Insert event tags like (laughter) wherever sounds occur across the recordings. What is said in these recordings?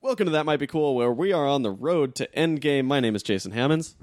Welcome to That Might Be Cool, where we are on the road to Endgame. My name is Jason Hammonds.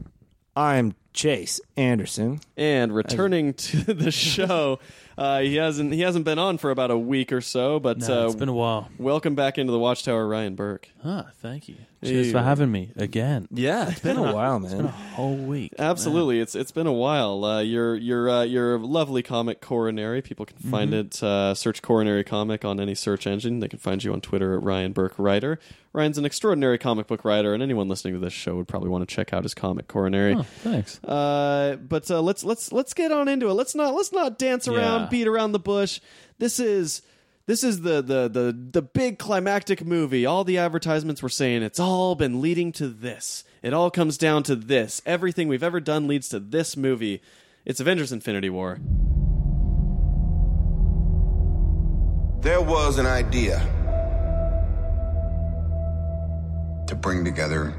I'm Chase Anderson. And returning to the show, uh, he hasn't he hasn't been on for about a week or so, but No, uh, it's been a while. welcome back into the Watchtower, Ryan Burke. Ah, thank you. Cheers for Ew. having me again. Yeah, it's been a while, Been a man. whole week. (laughs) Absolutely, it's it's been a while. Uh, your your uh, your lovely comic Coronary. People can find it. Uh, search Coronary Comic on any search engine. They can find you on Twitter at Ryan Burke Writer. Ryan's an extraordinary comic book writer, and anyone listening to this show would probably want to check out his comic Coronary. Oh, thanks. Uh, but uh, let's let's let's get on into it. Let's not let's not dance around, Yeah. beat around the bush. This is this is the the the the big climactic movie. All the advertisements were saying it's all been leading to this. It all comes down to this. Everything we've ever done leads to this movie. It's Avengers: Infinity (laughs) War. There was an idea to bring together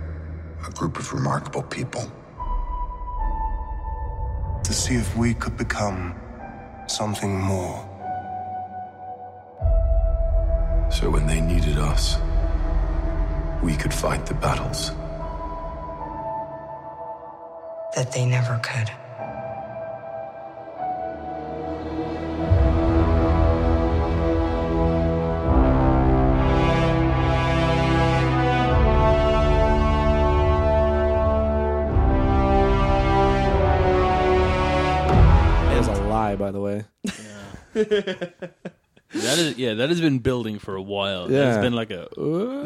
a group of remarkable people. to see if we could become something more. So when they needed us, we could fight the battles. that they never could. It was a lie, by the way. That is, yeah, that has been building for a while. Yeah. It's been like a.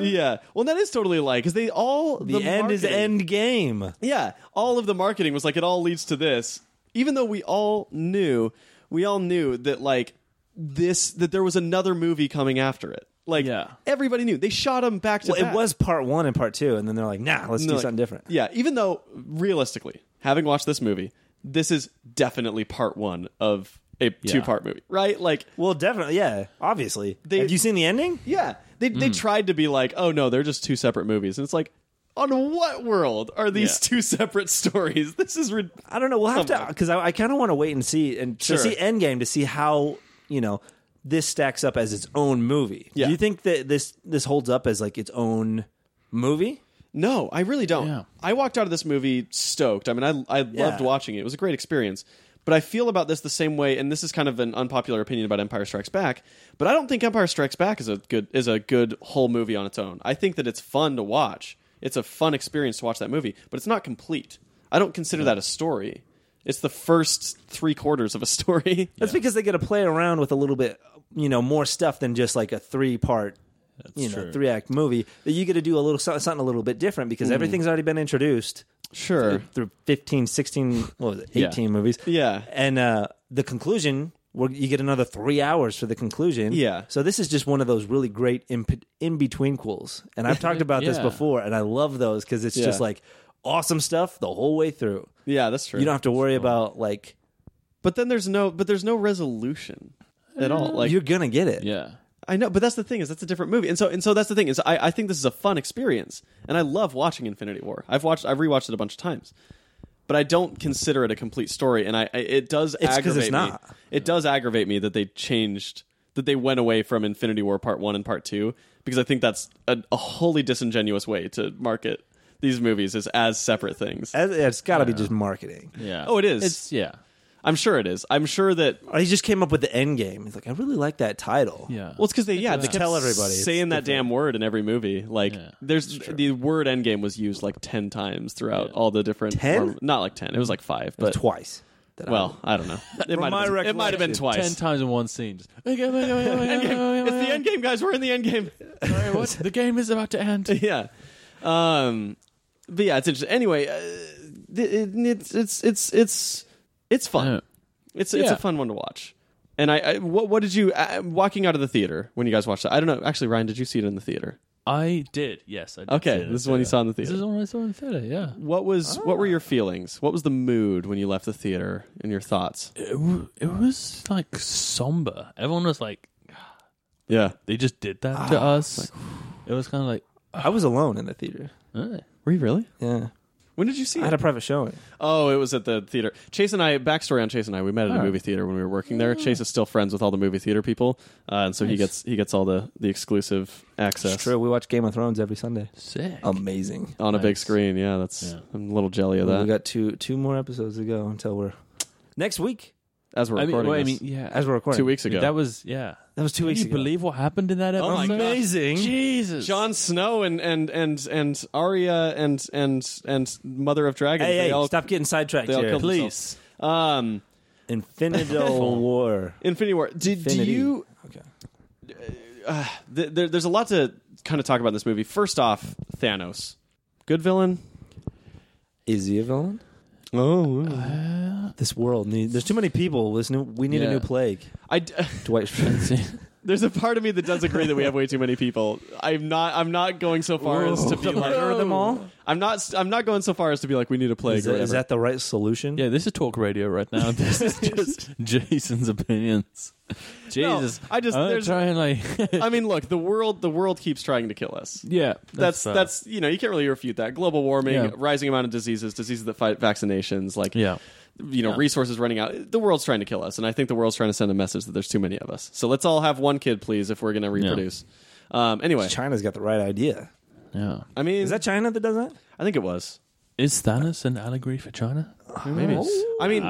Yeah. Well, that is totally like because they all The, end is marketing- end game. Yeah, all of the marketing was like it all leads to this. Even though we all knew, we all knew that like this that there was another movie coming after it. Like Yeah. everybody knew. They shot them back to Well, it back. was part one and part two, and then they're like, nah, let's do Like, something different. Yeah, even though realistically, having watched this movie, this is definitely part 1 of a two-part movie, right? Like Well, definitely, yeah, obviously. They- Have you seen the ending? yeah, they they Mm. tried to be like, "Oh no, they're just two separate movies." And it's like on what world are these Yeah. two (laughs) separate stories? This is rid- I don't know. We'll have Come to on. because I, I kind of want to wait and see and Sure. to see Endgame to see how you know this stacks up as its own movie. Yeah. Do you think that this this holds up as like its own movie? No, I really don't. Yeah. I walked out of this movie stoked. I mean, I I loved Yeah. watching it. It was a great experience. But I feel about this the same way, and this is kind of an unpopular opinion about Empire Strikes Back. But I don't think Empire Strikes Back is a good is a good whole movie on its own. I think that it's fun to watch. It's a fun experience to watch that movie, but it's not complete. I don't consider that a story. It's the first three quarters of a story. (laughs) That's because they get to play around with a little bit, you know, more stuff than just like a three part, you know, true. three act movie. That you get to do a little so- something a little bit different because everything's already been introduced Mm. Sure. through 15, 16, what was it, 18 movies. Yeah. And uh, the conclusion, where you get another three hours for the conclusion. Yeah. So this is just one of those really great in between quills. And (laughs) I've talked about this Yeah. before, and I love those because it's just Yeah. like awesome stuff the whole way through. Yeah, that's true. You don't have to worry about like, but then there's no but there's no resolution Eh, at all. Like you're going to get it. Yeah. I know, but that's the thing is that's a different movie, and so and so that's the thing is I, I think this is a fun experience, and I love watching Infinity War. I've watched I've rewatched it a bunch of times, but I don't consider it a complete story, and I, I it does It's 'cause aggravate it's not. me. It does aggravate me that they changed that they went away from Infinity War Part One and Part Two because I think that's a, a wholly disingenuous way to market these movies is as separate things. As- It's got to be just marketing. Yeah. Oh, it is. It's, yeah. I'm sure it is. I'm sure that Or he just came up with the end game. He's like, I really like that title. Yeah. Well, it's because they yeah they kept tell everybody. It's saying that damn word in every movie. Like Yeah. there's the word Endgame was used like ten times throughout all the different. 10? or not like ten. It was like five, but twice. That I- well, I don't know. It might my have been, it might have been recollection, twice. Ten times in one scene. Just, (laughs) okay, okay, okay, okay, okay, okay, it's (laughs) okay, the end game, guys. We're in the end game. okay, what? The game is about to (laughs) end. (laughs) yeah. Um, but yeah, it's interesting. Anyway, uh, it, it's it's it's it's it's fun. Yeah. It's it's Yeah. a fun one to watch. And I, I what what did you uh, walking out of the theater when you guys watched that? I don't know. Actually, Ryan, did you see it in the theater? I did. Yes, I did. Okay, see it in this is the one you theater. saw in the theater. This is the one I saw in the theater. Yeah. What was what were your feelings? What was the mood when you left the theater and your thoughts? It, w- it was like somber. Everyone was like, Yeah. they just did that to us. Ah, (sighs) it was kind of like, I was alone in the theater. eh. Were you really? Yeah. When did you see I it? had a private showing. Oh, it was at the theater. Chase and I, backstory on Chase and I, we met at a movie theater when we were working there. Chase is still friends with all the movie theater people, uh, and so he gets he gets all the the exclusive access It's true. We watch Game of Thrones every Sunday. Sick. Amazing. on a big Nice. screen. Yeah, that's Yeah. I'm a little jelly of that. We got two two more episodes to go until we're next week As we're I mean, recording, well, I this. mean, yeah. as we're recording. two weeks ago, That was yeah. That was two Can weeks you ago. believe what happened in that episode? my God. Amazing. Oh Jesus. Jon Snow and and and and Arya and and and Mother of Dragons. Hey, they hey, all, stop getting sidetracked they all here. killed Please. themselves. Um, (laughs) Infinity War. Infinity War. Did do Infinity. you? uh, Okay. Th- there, there's a lot to kind of talk about in this movie. First off, Thanos, good villain. Is he a villain? Oh, This world needs. There's too many people. This new. We need a Yeah. new plague. I. d- (laughs) (laughs) Dwight. Schrute. There's a part of me that does agree that we have way too many people. I'm not. I'm not going so far as to be like. Murder them all. I'm not. I'm not going so far as to be like we need a plague. Is or that, is whatever. that the right solution? yeah, this is talk radio right now. (laughs) This is (laughs) just Jason's opinions. Jesus, I just- I'm there's- trying like (laughs) I mean, look. The world. The world keeps trying to kill us. yeah. uh, That's uh, fair. that's you know you can't really refute that global warming, Yeah. rising amount of diseases, diseases that fight vaccinations, like yeah. you know resources running out. The world's trying to kill us, and I think the world's trying to send a message that there's too many of us. So let's all have one kid, please, if we're going to reproduce. Um, anyway, China's got the right idea. Yeah. I mean, Is that China that does that? I think it was. Is Thanos an allegory for China? Maybe. Oh. I mean,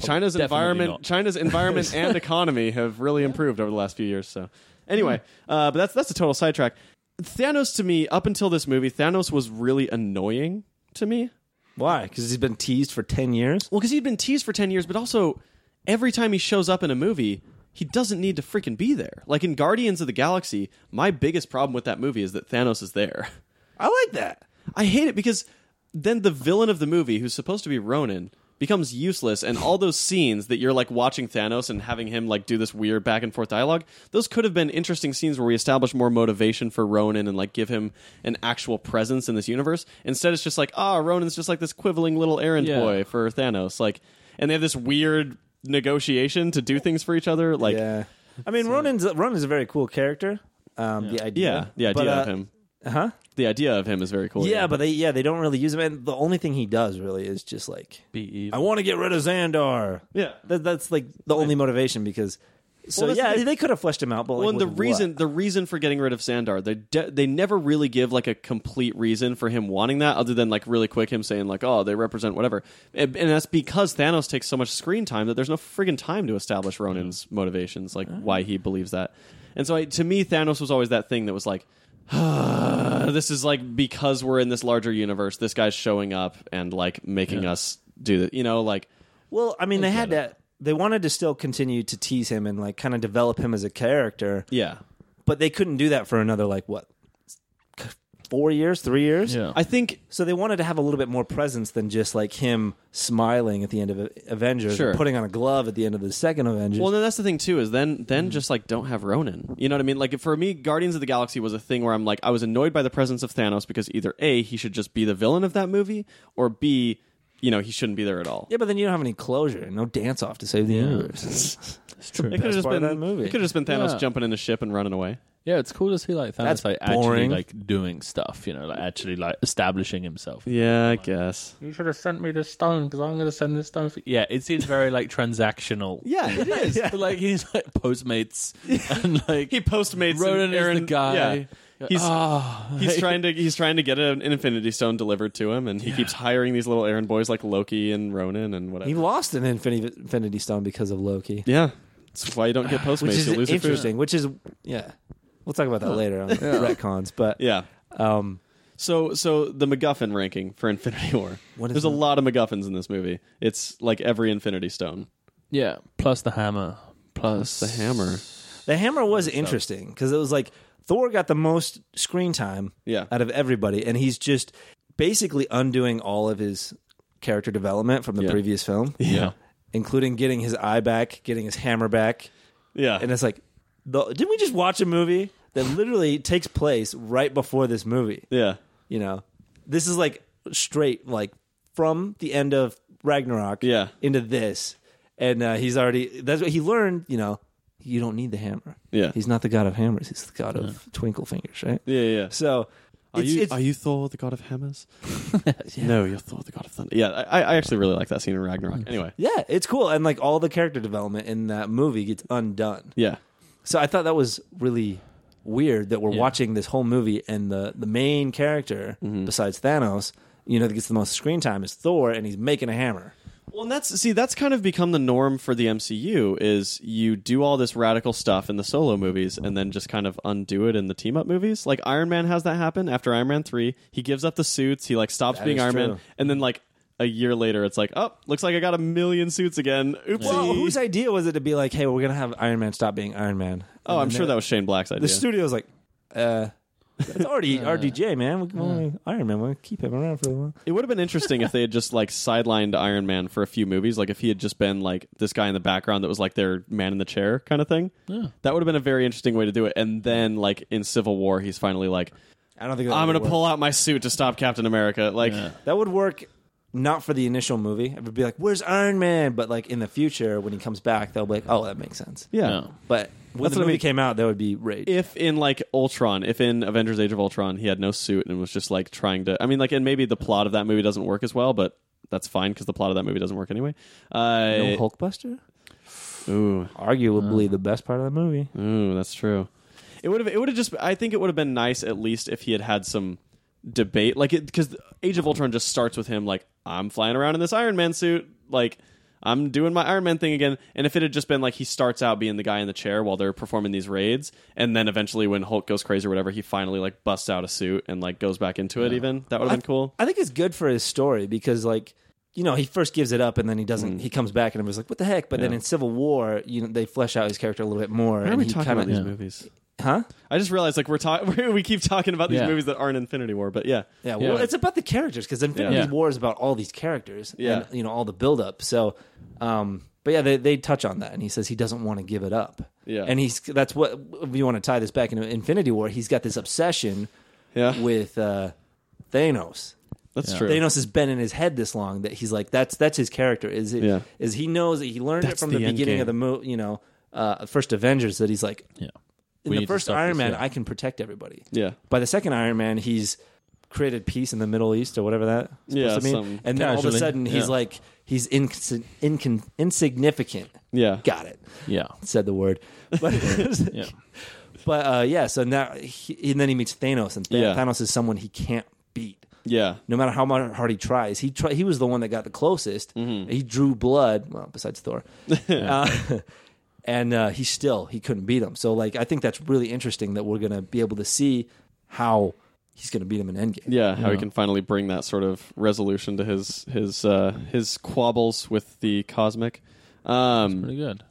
China's Definitely environment, not. (laughs) China's environment and economy have really improved over the last few years. So, anyway, Hmm. uh, but that's that's a total sidetrack. Thanos to me, up until this movie, Thanos was really annoying to me. Why? Because he's been teased for ten years. Well, because he'd been teased for ten years, but also every time he shows up in a movie, he doesn't need to freaking be there. Like in Guardians of the Galaxy, my biggest problem with that movie is that Thanos is there. I like that. I hate it because then the villain of the movie, who's supposed to be Ronan, becomes useless, and all those scenes that you're like watching Thanos and having him like do this weird back and forth dialogue, those could have been interesting scenes where we establish more motivation for Ronan and like give him an actual presence in this universe. Instead, it's just like, ah, Ronan's just like this quiveling little errand Yeah. boy for Thanos, like, and they have this weird negotiation to do things for each other, like. Yeah. Yeah. I mean, Ronan's Ronan's a very cool character. Um, The idea. the idea But, uh, of him. Huh? The idea of him is very cool. yeah, but they yeah they don't really use him, and the only thing he does really is just like Be evil. I want to get rid of Xandar. yeah. That, that's like the only motivation because. So Well, that's yeah, the thing. they could have fleshed him out, but like, Well, and the with reason what? the reason for getting rid of Sandar, they de- they never really give like a complete reason for him wanting that, other than like really quick him saying like, "Oh, they represent whatever," and, and that's because Thanos takes so much screen time that there's no friggin' time to establish Ronan's motivations, Uh-huh. like why he believes that. And so, I, to me, Thanos was always that thing that was like, "Ah, "This is like because we're in this larger universe, this guy's showing up and like making us do that," you know, like. well, I mean, they had that. They wanted to still continue to tease him and like kind of develop him as a character, Yeah, but they couldn't do that for another like what four years, three years. Yeah. I think So they wanted to have a little bit more presence than just like him smiling at the end of Avengers, Sure. or putting on a glove at the end of the second Avengers. Well, then that's the thing too. Is then then just like don't have Ronan. You know what I mean? Like for me, Guardians of the Galaxy was a thing where I'm like I was annoyed by the presence of Thanos because either a he should just be the villain of that movie, or b you know he shouldn't be there at all. yeah, but then you don't have any closure, no dance off to save the universe. (laughs) It's true. It could have just part of been that movie. It could have just been Thanos Yeah. jumping in a ship and running away. Yeah, it's cool to see like Thanos That's like boring. actually like doing stuff. You know, like actually like establishing himself. Yeah, I guess. You should have sent me this stone because I'm going to send this stone. For- yeah, it seems very like transactional. Yeah, it (laughs) is. But, (laughs) like he's like Postmates (laughs) and like He postmates Ronan and is Aaron the guy. Ah, Yeah. He's he's trying to he's trying to get an Infinity Stone delivered to him, and he keeps hiring these little errand boys like Loki and Ronan and whatever. He lost an Infinity, Infinity Stone because of Loki, yeah, that's why you don't get postmates. which is you lose your food. interesting. Which is yeah, we'll talk about that later (laughs) on retcons. But Yeah. um, So so the MacGuffin ranking for Infinity War. (laughs) What is There's a that? lot of MacGuffins in this movie. It's like every Infinity Stone. yeah, plus the hammer, plus The hammer. the hammer was interesting because it was like Thor got the most screen time Yeah. out of everybody, and he's just basically undoing all of his character development from the Yeah. previous film, Yeah, including getting his eye back, getting his hammer back. Yeah. and it's like, the, did we just watch a movie that literally takes place right before this movie? yeah. You know, this is like straight like from the end of Ragnarok, Yeah. into this, and uh, he's already that's what he learned. You know, you don't need the hammer. Yeah. he's not the god of hammers; he's the god of twinkle fingers, right? Yeah, yeah. So Are It's- you it's- are you Thor, the god of (laughs) hammers? No, you're Thor, the god of thunder. Yeah, I, I actually really like that scene in Mm. Ragnarok. Anyway, Yeah, it's cool, and like all the character development in that movie gets undone. yeah, So I thought that was really weird that we're Yeah. watching this whole movie and the the main character besides Thanos, you know, that gets the most screen time is Thor, and he's making a hammer. Well, and that's see, that's kind of become the norm for the MCU is you do all this radical stuff in the solo movies and then just kind of undo it in the team up movies. Like Iron Man has that happen after Iron Man three. He gives up the suits. He like stops That being is Iron Man, true. and then like a year later, it's like, oh, looks like I got a million suits again. Oopsie. Well, whose idea was it to be like, hey, we're gonna have Iron Man stop being Iron Man? oh, And I'm then sure the- that was Shane Black's the idea. studio's like, uh. It's (laughs) already RDJ, man. We, well, Iron Man, we'll keep him around for a while. it would have been interesting if they had just like sidelined Iron Man for a few movies. Like if he had just been like this guy in the background that was like their man in the chair kind of thing. Yeah. That would have been a very interesting way to do it. And then like in Civil War, he's finally like. I don't think that I'm would gonna work. pull out my suit to stop Captain America. Like, That would work not for the initial movie. It would be like, "Where's Iron Man?" But like in the future, when he comes back, they'll be like, "Oh, that makes sense." yeah. No. But when That's the what I movie mean. came out, that would be rage. If in like Ultron, if in Avengers: Age of Ultron, he had no suit and was just like trying to. I mean, like, and maybe the plot of that movie doesn't work as well, but that's fine because the plot of that movie doesn't work anyway. Uh, no Hulkbuster, Uh. ooh, Mm. arguably the best part of the movie. ooh, that's true. It would have. It would have just. I think it would have been nice at least if he had had some debate, like it because Age of Ultron just starts with him like I'm flying around in this Iron Man suit, like. I'm doing my Iron Man thing again. And if it had just been like he starts out being the guy in the chair while they're performing these raids, and then eventually when Hulk goes crazy or whatever, he finally like busts out a suit and like goes back into it. Even that would have been cool. I think it's good for his story because like. You know, he first gives it up, and then he Mm. doesn't. He comes back, and everyone's like, "What the heck?" But then in Civil War, you know, they flesh out his character a little bit more. Why are and we he talking kinda- about these movies? Huh? I just realized like we're talking. (laughs) We keep talking about these Yeah. movies that aren't Infinity War, but yeah, Yeah, well, Yeah. it's about the characters because Infinity Yeah. War is about all these characters. Yeah. and, you know all the buildup. So, um, but yeah, they, they touch on that, and he says he doesn't want to give it up. Yeah. and he's that's what if you want to tie this back into Infinity War, he's got this obsession yeah, with uh, Thanos. that's true. Thanos has been in his head this long that he's like that's that's his character. Is it? Is Yeah. he knows that he learned That's it from the the, end beginning game. of the movie. You know, uh, first Avengers that he's like Yeah. in We the need to first stop Iron this, Man, yeah. I can protect everybody. Yeah. By the second Iron Man, he's created peace in the Middle East or whatever that Yeah, yeah, to mean. some- and then all of a Casually, sudden, he's yeah. like he's incon- incon- insignificant. yeah, Got it. Yeah. Said the word, (laughs) but Yeah. but uh, yeah. So now he, and then he meets Thanos, and Tha- Yeah. Thanos is someone he can't beat. yeah. No matter how mu- hard he tries, he try, he was the one that got the closest. He drew blood. Well, besides Thor, uh, (laughs) and uh, he still he couldn't beat him. So like I think that's really interesting that we're gonna be able to see how he's gonna beat him in Endgame. Yeah, how he can finally bring that sort of resolution to his his uh, his quabbles with the cosmic. Um, Pretty good.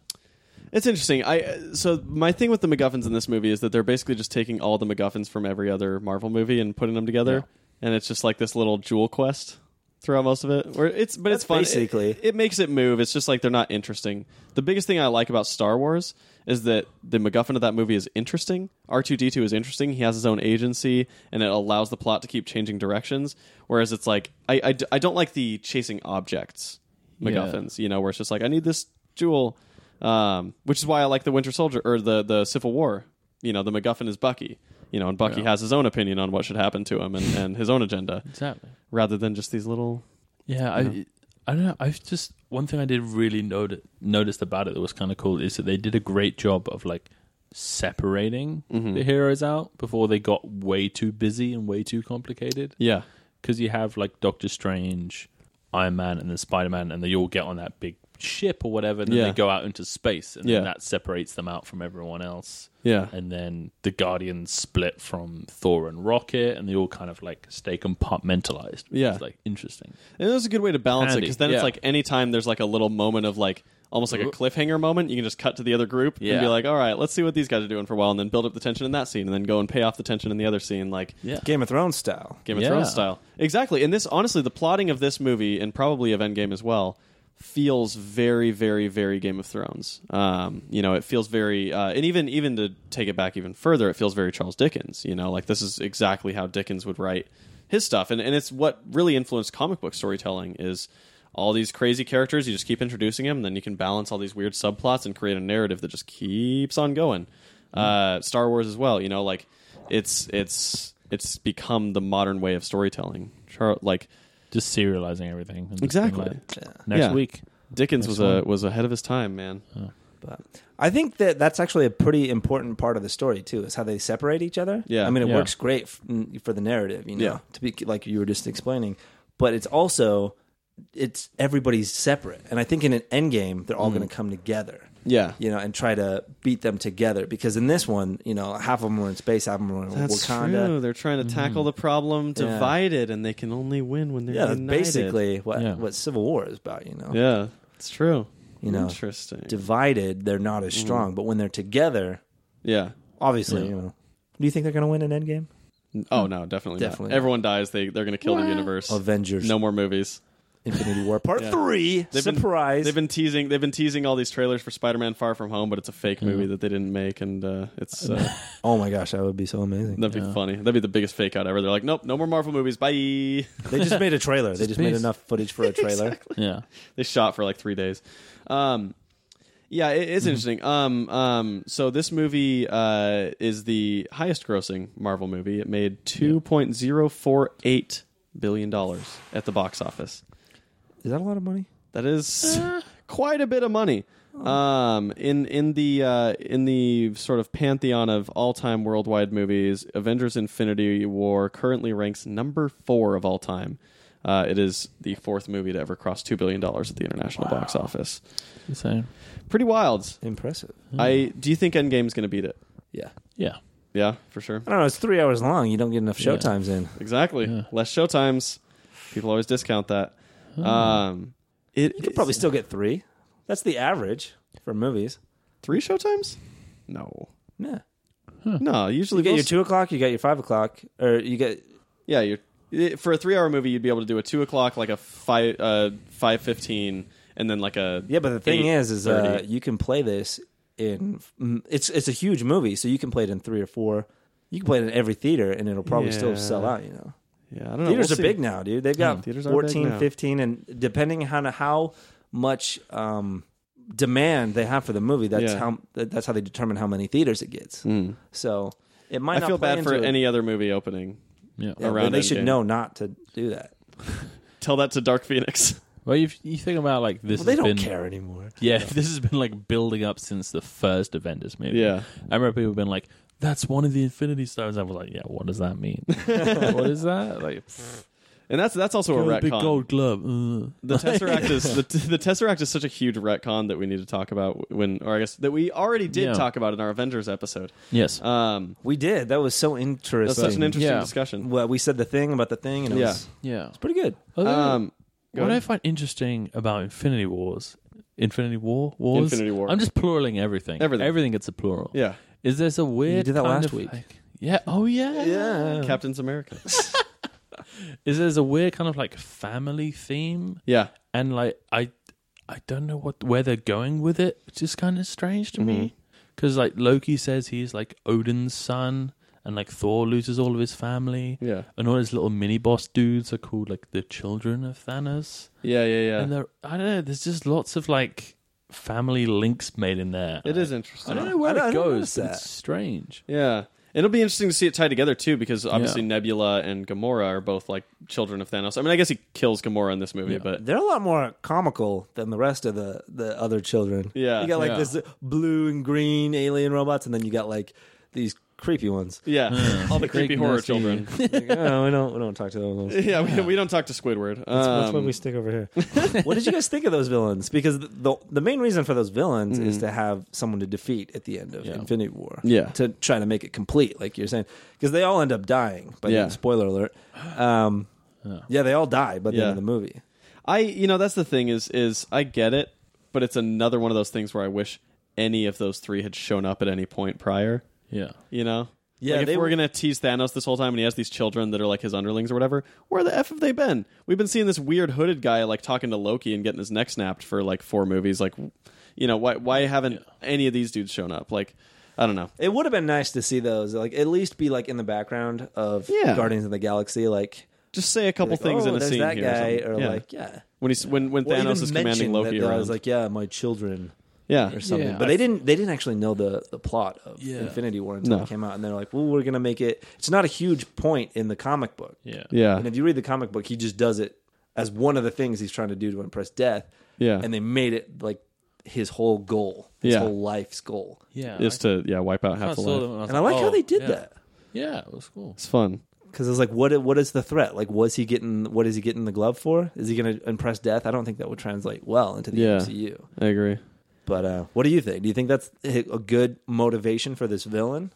it's interesting. I uh, so my thing with the MacGuffins in this movie is that they're basically just taking all the MacGuffins from every other Marvel movie and putting them together, and it's just like this little jewel quest throughout most of it. Where it's but it's That's fun. It- basically- it, makes it move. It's just like they're not interesting. The biggest thing I like about Star Wars is that the MacGuffin of that movie is interesting. R two D two is interesting. He has his own agency, and it allows the plot to keep changing directions. Whereas it's like I I, d- I don't like the chasing objects MacGuffins. You know, where it's just like I need this jewel, um, which is why I like the Winter Soldier or the the Civil War. You know, the MacGuffin is Bucky. You know, and Bucky has his own opinion on what should happen to him and, and his own agenda, Exactly. rather than just these little Yeah, I I don't know. I've just one thing I did really noted, noticed about it that was kind of cool is that they did a great job of like separating the heroes out before they got way too busy and way too complicated. yeah Because you have like Doctor Strange, Iron Man, and then Spider Man, and they all get on that big ship or whatever, and then Yeah. they go out into space, and Yeah. then that separates them out from everyone else. yeah And then the Guardians split from Thor and Rocket, and they all kind of like stay compartmentalized. which Yeah. is, like interesting. And that's a good way to balance it Handy, because then it's yeah. like anytime there's like a little moment of like almost like a cliffhanger moment, you can just cut to the other group and Yeah. be like, all right, let's see what these guys are doing for a while and then build up the tension in that scene and then go and pay off the tension in the other scene. Like, Yeah. Game of Thrones style. Game of Yeah. Thrones style. Exactly. And this, honestly, the plotting of this movie and probably of Endgame as well feels very, very, very Game of Thrones. Um, you know, it feels very, uh, and even even to take it back even further, it feels very Charles Dickens. You know, like this is exactly how Dickens would write his stuff, and and it's what really influenced comic book storytelling is. All these crazy characters, you just keep introducing them, and then you can balance all these weird subplots and create a narrative that just keeps on going. Uh, Star Wars as well, you know, like it's it's it's become the modern way of storytelling. Char- like Just serializing everything. and just being Exactly. like, Next Yeah. week. Dickens Next was a one. was ahead of his time, man. But I think that that's actually a pretty important part of the story too, is how they separate each other. Yeah. I mean, it Yeah. works great f- n- for the narrative, you know, Yeah. to be like you were just explaining. But it's also it's everybody's separate, and I think in an end game they're all Mm. going to come together. Yeah. you know, and try to beat them together because in this one, you know, half of them were in space, half of them were in That's Wakanda. true. They're trying to tackle the problem Yeah. divided, and they can only win when they're Yeah, that's united. basically what Yeah. what Civil War is about, you know. Yeah, it's true. You know, interesting. Divided, they're not as strong, but when they're together, Mm. yeah. obviously, you know. Do you think they're going to win an Endgame? Oh no, definitely, Definitely not. not. Everyone dies. They they're gonna kill the universe. Avengers No more movies. Infinity War Part Yeah. 3 been- surprise. They've been teasing. They've been teasing all these trailers for Spider-Man: Far From Home, but it's a fake movie that they didn't make, and uh, it's uh, oh my gosh, that would be so amazing. that'd be funny. That'd be the biggest fake out ever. They're like, nope, no more Marvel movies. Bye. (laughs) They just made a trailer. They just made please. enough footage for a trailer. Yeah. they shot for like three days. Um, yeah, it is interesting. Um, um, so this movie uh, is the highest-grossing Marvel movie. It made two point zero four eight billion dollars at the box office. Is that a lot of money? That is Eh. (laughs) quite a bit of money. Oh. Um, in in the uh, in the sort of pantheon of all time worldwide movies, Avengers: Infinity War currently ranks number four of all time. Uh, it is the fourth movie to ever cross two billion dollars at the international box office. So, Pretty wild. Impressive. I do you think Endgame's going to beat it? Yeah. yeah. Yeah, for (laughs) sure. I don't know, it's 3 hours long. You don't get enough show Yeah. times in. Exactly. Less show times. People always discount that. Um, it Hmm. You could probably still get 3. That's the average for movies. three show times. No, Yeah. no. You Usually get your most- two o'clock, you got your five o'clock, or you get Yeah, you're it- for a three-hour movie, you'd be able to do a two o'clock, like a five, uh, five fifteen, and then like a yeah. But the thing eight is, is uh, 30. you can play this in mm, it's it's a huge movie, so you can play it in three or four. You can play it in every theater, and it'll probably Yeah. still sell out. You know, yeah, I don't know. theaters We'll are see. big now, dude. They've got Yeah, theaters are big 14, now. 15, and depending on how much um, demand they have for the movie, that's Yeah. how that- that's how they determine how many theaters it gets. So it might. I not feel play bad for into it. any other movie opening. Yeah. Yeah, around They should Endgame. know not to do that. Tell that to Dark Phoenix. (laughs) Well, you you think about like this. Well, they has don't been, care anymore. Yeah, (laughs) this has been like building up since the first Avengers movie. Yeah. I remember people been like, "That's one of the Infinity Stones." I was like, "Yeah, what does (laughs) that mean? what is that? Like pfft, And that's that's also a oh, retcon. big gold glove." uh. The Tesseract is the, (laughs) the Tesseract is such a huge retcon that we need to talk about when, or I guess that we already did Yeah. talk about in our Avengers episode. Yes, Um, We did. That was so interesting. that's such an interesting Yeah. discussion. Well, we said the thing about the thing, and it Yeah. was yeah. pretty good. Um, go what I ahead. find interesting about Infinity Wars, Infinity War, wars, Infinity War. I'm just pluraling everything. Everything. everything gets a plural. yeah, Is there's a weird? did that kind last of, week. like- yeah. Oh yeah. Yeah. Captain's America. Is there's a weird kind of like family theme yeah, and like I, I don't know what where they're going with it, which is kind of strange to Mm-hmm. me. Because like Loki says he's like Odin's son, and like Thor loses all of his family, yeah, and all his little mini boss dudes are called like the children of Thanos, yeah, yeah, yeah. and they're I don't know. There's just lots of like family links made in there. it is interesting. I don't know where I don't- I it don't goes. notice But that. it's strange. Yeah. It'll be interesting to see it tied together too, because obviously Yeah. Nebula and Gamora are both like children of Thanos. I mean, I guess he kills Gamora in this movie, but They're a lot more comical than the rest of the the other children. Yeah. you got like Yeah. this blue and green alien robots, and then you got like these creepy ones. yeah, (laughs) all the Great creepy horror nasty- children. (laughs) Like, oh, we don't we don't talk to those. That's, yeah, we, we don't talk to Squidward. that's why Um, we stick over (laughs) here. what did you guys think of those villains? Because the the, the main reason for those villains is to have someone to defeat at the end of Infinity War. Mm. Yeah. to try to make it complete, like you're saying, because they all end up dying. But Yeah. spoiler alert. (gasps) Um, yeah, they all die by the Yeah. end of the movie. I, you know, that's the thing is, is I get it, but it's another one of those things where I wish any of those three had shown up at any point prior. Yeah. You know, Yeah, Like, if they we're were- gonna tease Thanos this whole time, and he has these children that are like his underlings or whatever, where the f have they been? We've been seeing this weird hooded guy like talking to Loki and getting his neck snapped for like four movies. Like, you know, why why haven't any of these dudes shown up? Like, I don't know. It would have been nice to see those, like at least be like in the background of Yeah. Guardians of the Galaxy, like Just say a couple like, things oh, in a there's scene that here guy, something. or yeah. like yeah. when he's when when Well, Thanos even is commanding mention Loki that, I around. was like, yeah, my children. Yeah. or something. Yeah, but I they f- didn't they didn't actually know the the plot of Yeah. Infinity War until No. it came out, and they're like, "Well, we're gonna make it." It's not a huge point in the comic book. Yeah. Yeah. And if you read the comic book, he just does it as one of the things he's trying to do to impress Death. Yeah. And they made it like his whole goal, his Yeah. whole life's goal. Yeah. Is to yeah wipe out half the life. And I like how they did that. "Oh, Yeah, it was cool. It's fun. Because I was like, what? What is the threat? Like, was he getting? What is he getting the glove for? Is he going to impress Death? I don't think that would translate well into the Yeah. MCU. I agree. But uh, what do you think? Do you think that's a good motivation for this villain?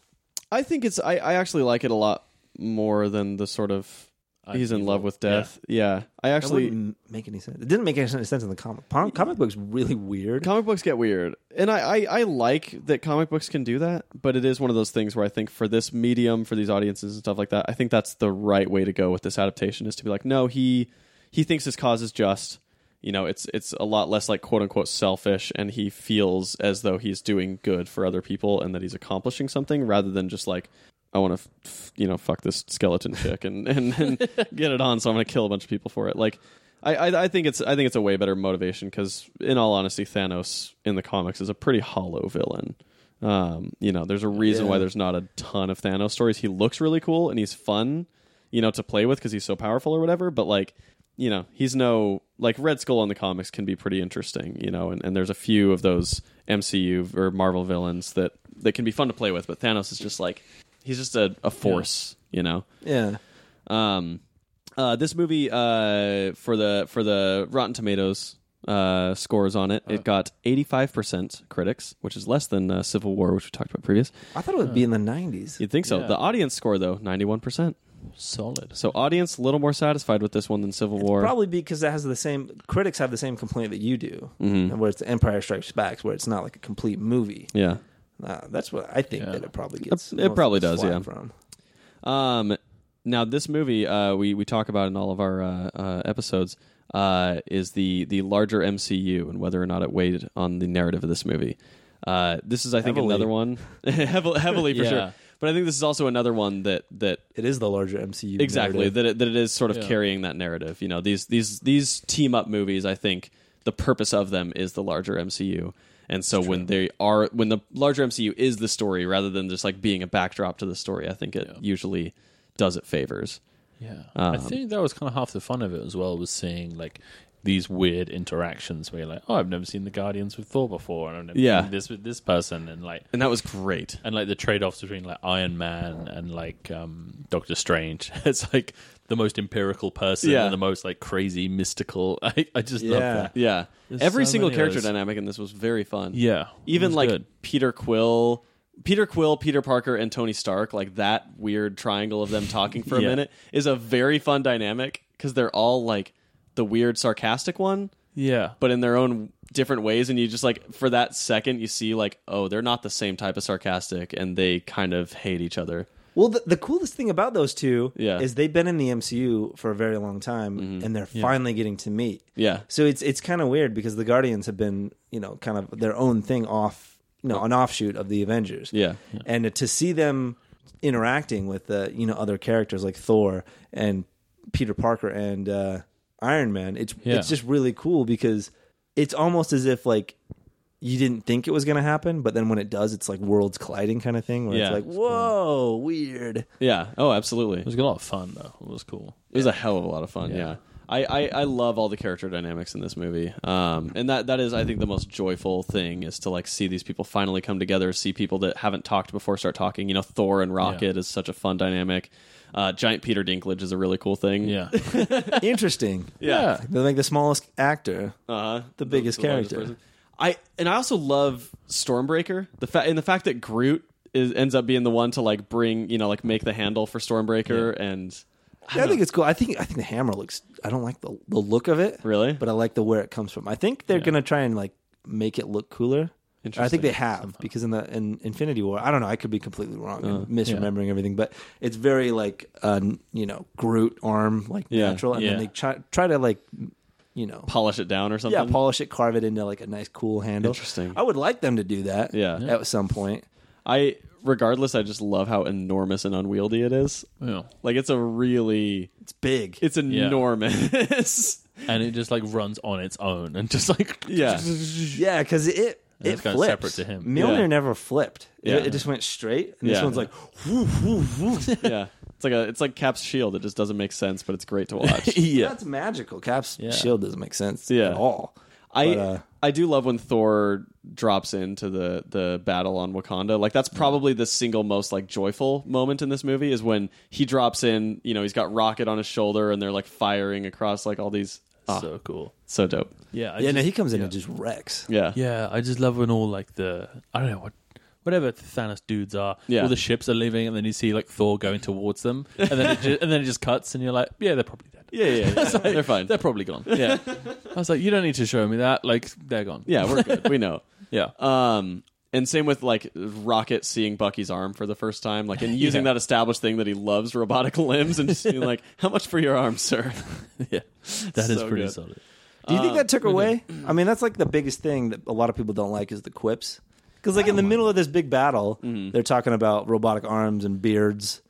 I think it's I, I actually like it a lot more than the sort of he's in evil. love with death. Yeah. I That actually wouldn't make any sense. It didn't make any sense in the comic. Pon- Comic book's really weird. comic books get weird. And I, I I like that comic books can do that, but it is one of those things where I think for this medium, for these audiences and stuff like that, I think that's the right way to go with this adaptation is to be like, no, he he thinks his cause is just. You know, it's it's a lot less like quote unquote selfish and he feels as though he's doing good for other people and that he's accomplishing something rather than just like I want to, f- you know, fuck this skeleton chick and and, and (laughs) get it on. So I'm going to kill a bunch of people for it. Like, I, I I think it's I think it's a way better motivation because, in all honesty, Thanos in the comics is a pretty hollow villain. Um, you know, there's a reason why there's not a ton of Thanos stories. He looks really cool and he's fun, you know, to play with because he's so powerful or whatever. But like, you know, he's no like Red Skull in the comics can be pretty interesting, you know, and, and there's a few of those MCU or Marvel villains that that can be fun to play with, but Thanos is just like he's just a, a force, you know. Yeah. Um, uh, this movie uh, for the for the Rotten Tomatoes uh, scores on it, it got eighty five percent critics, which is less than uh, Civil War, which we talked about previous. I thought it would be in the 90s. You'd think so. Yeah. The audience score though ninety one percent. Solid. So audience a little more satisfied with this one than Civil War. Probably because it has the same critics have the same complaint that you do, and where it's Empire Strikes Back, where it's not like a complete movie. Mm-hmm. yeah. Uh, that's what I think Yeah. that it probably gets. It most of probably its does, flack yeah. From Um, now this movie uh, we we talk about in all of our uh, uh, episodes uh, is the the larger MCU and whether or not it weighed on the narrative of this movie. Uh, this is, I think, Heavily. another one (laughs) heavily, heavily for Yeah. sure. But I think this is also another one that that it is the larger MCU. exactly narrative. that it, that it is sort of Yeah. carrying that narrative. You know, these these these team up movies. I think the purpose of them is the larger MCU. And so when they are when the larger MCU is the story rather than just like being a backdrop to the story, I think it usually does it favors. Yeah. I think that was kind of half the fun of it as well, was seeing like these weird interactions where you're like, oh, I've never seen the Guardians with Thor before, and I've never Yeah. seen this with this person, and like And that was great. and like the trade-offs between like Iron Man and like um, Doctor Strange. (laughs) It's like the most empirical person Yeah. and the most like crazy mystical. (laughs) I, I just love Yeah. that. Yeah. There's Every so single many of character those. dynamic in this was very fun. Yeah, It Even was like good. Peter Quill, Peter Quill, Peter Parker and Tony Stark, like that weird triangle of them talking for a (laughs) Yeah. minute is a very fun dynamic cuz they're all like the weird sarcastic one yeah, but in their own different ways and you just like for that second you see like oh they're not the same type of sarcastic and they kind of hate each other. Well, the, the coolest thing about those two Yeah. Mm-hmm. is they've been in the MCU for a very long time, and they're finally getting to meet. Yeah. So it's it's kind of weird because the Guardians have been, you know, kind of their own thing off, you know, an offshoot of the Avengers. Yeah. And to see them interacting with the, you know, other characters like Thor and Peter Parker and uh, Iron Man, it's Yeah. it's just really cool because it's almost as if like you didn't think it was going to happen, but then when it does, it's like worlds colliding kind of thing where Yeah. it's like, whoa, weird. Yeah. Oh, absolutely. it was a lot of fun though. It was cool. It was a hell of a lot of fun. Yeah. I, I, I love all the character dynamics in this movie. Um, and that, that is, I think, the most joyful thing is to like see these people finally come together, see people that haven't talked before start talking. You know, Thor and Rocket is such a fun dynamic. Uh, Giant Peter Dinklage is a really cool thing. (laughs) Yeah, Interesting. yeah. They're like the smallest actor, Uh, the biggest largest character. person. I and I also love Stormbreaker. The fa- and the fact that Groot is ends up being the one to like bring you know like make the handle for Stormbreaker and I, think it's cool. I think I think the hammer looks. I don't like the the look of it, Really? but I like the where it comes from. I think they're gonna try and like make it look cooler. Or I Interesting. think they have because in the in Infinity War, I don't know. I could be completely wrong Uh, and misremembering everything, but it's very like uh, you know Groot arm like Yeah. natural, and Yeah. then they try try to like you know polish it down or something. yeah polish it, carve it into like a nice cool handle. Interesting. I would like them to do that. Yeah. at some point. I regardless, I just love how enormous and unwieldy it is. yeah. Like it's a really It's big. it's enormous. (laughs) And it just like (laughs) runs on its own and just like yeah. Yeah, because it And it's kind of separate to him. Mjolnir Yeah. never flipped. It- Yeah. It, just went straight. And this Yeah. one's like, whoo, whoo, whoo. yeah, it's like a it's like Cap's shield. It just doesn't make sense, but it's great to (laughs) watch. yeah. That's magical. Cap's shield doesn't make sense Yeah. at all. I But, uh, I do love when Thor drops into the the battle on Wakanda. Like that's probably the single most like joyful moment in this movie is when he drops in. You know, he's got Rocket on his shoulder, and they're like firing across like all these. Ah, so, So cool. dope. Yeah. yeah, I just, no, he comes in and just wrecks. Yeah, (laughs) yeah. I just love when all like the I don't know what. Whatever the Thanos dudes are, Yeah. all the ships are leaving, and then you see like Thor going towards them, and then (laughs) it just, and then it just cuts, and you're like, yeah, they're probably dead. yeah, yeah. (laughs) yeah. they're fine. They're probably (laughs) gone. Yeah, I was like, you don't need to show me that. Like, they're gone. yeah, we're good. We know. yeah. Um, and same with like Rocket seeing Bucky's arm for the first time, like and using Yeah. that established thing that he loves robotic (laughs) limbs, and just being like, "How much for your arm, sir?" (laughs) yeah, that is So pretty good. solid. Do you think that took away? I mean, that's like the biggest thing that a lot of people don't like is the quips. Because like in the middle of this big battle, they're talking about robotic arms and beards.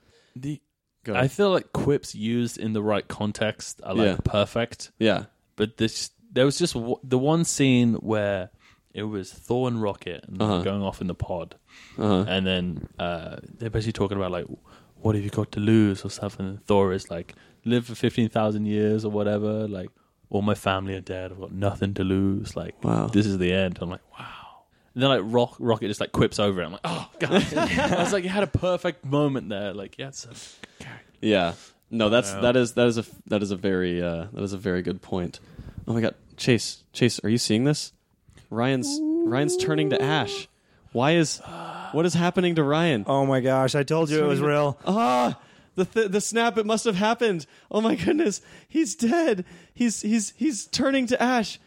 The Go I feel like quips used in the right context are like Yeah. perfect, yeah, but this there was just w- the one scene where it was Thor and Rocket and they were going off in the pod, and then uh, they're basically talking about like, what have you got to lose or something. And Thor is like, live for fifteen thousand years or whatever. Like, all my family are dead. I've got nothing to lose. Like, Wow. this is the end. I'm like, wow. And then like Rock, Rocket just like quips over it. I'm like, oh god. (laughs) I was like, you had a perfect moment there. Like, yeah, it's so yeah. No, that's that is that is a that is a very uh, that is a very good point. Oh my god, Chase, Chase, are you seeing this? Ryan's Ryan's turning to ash. Why is what is happening to Ryan? Oh my gosh! I told you it was real. ah the th- the snap it must have happened oh my goodness he's dead he's he's he's turning to ash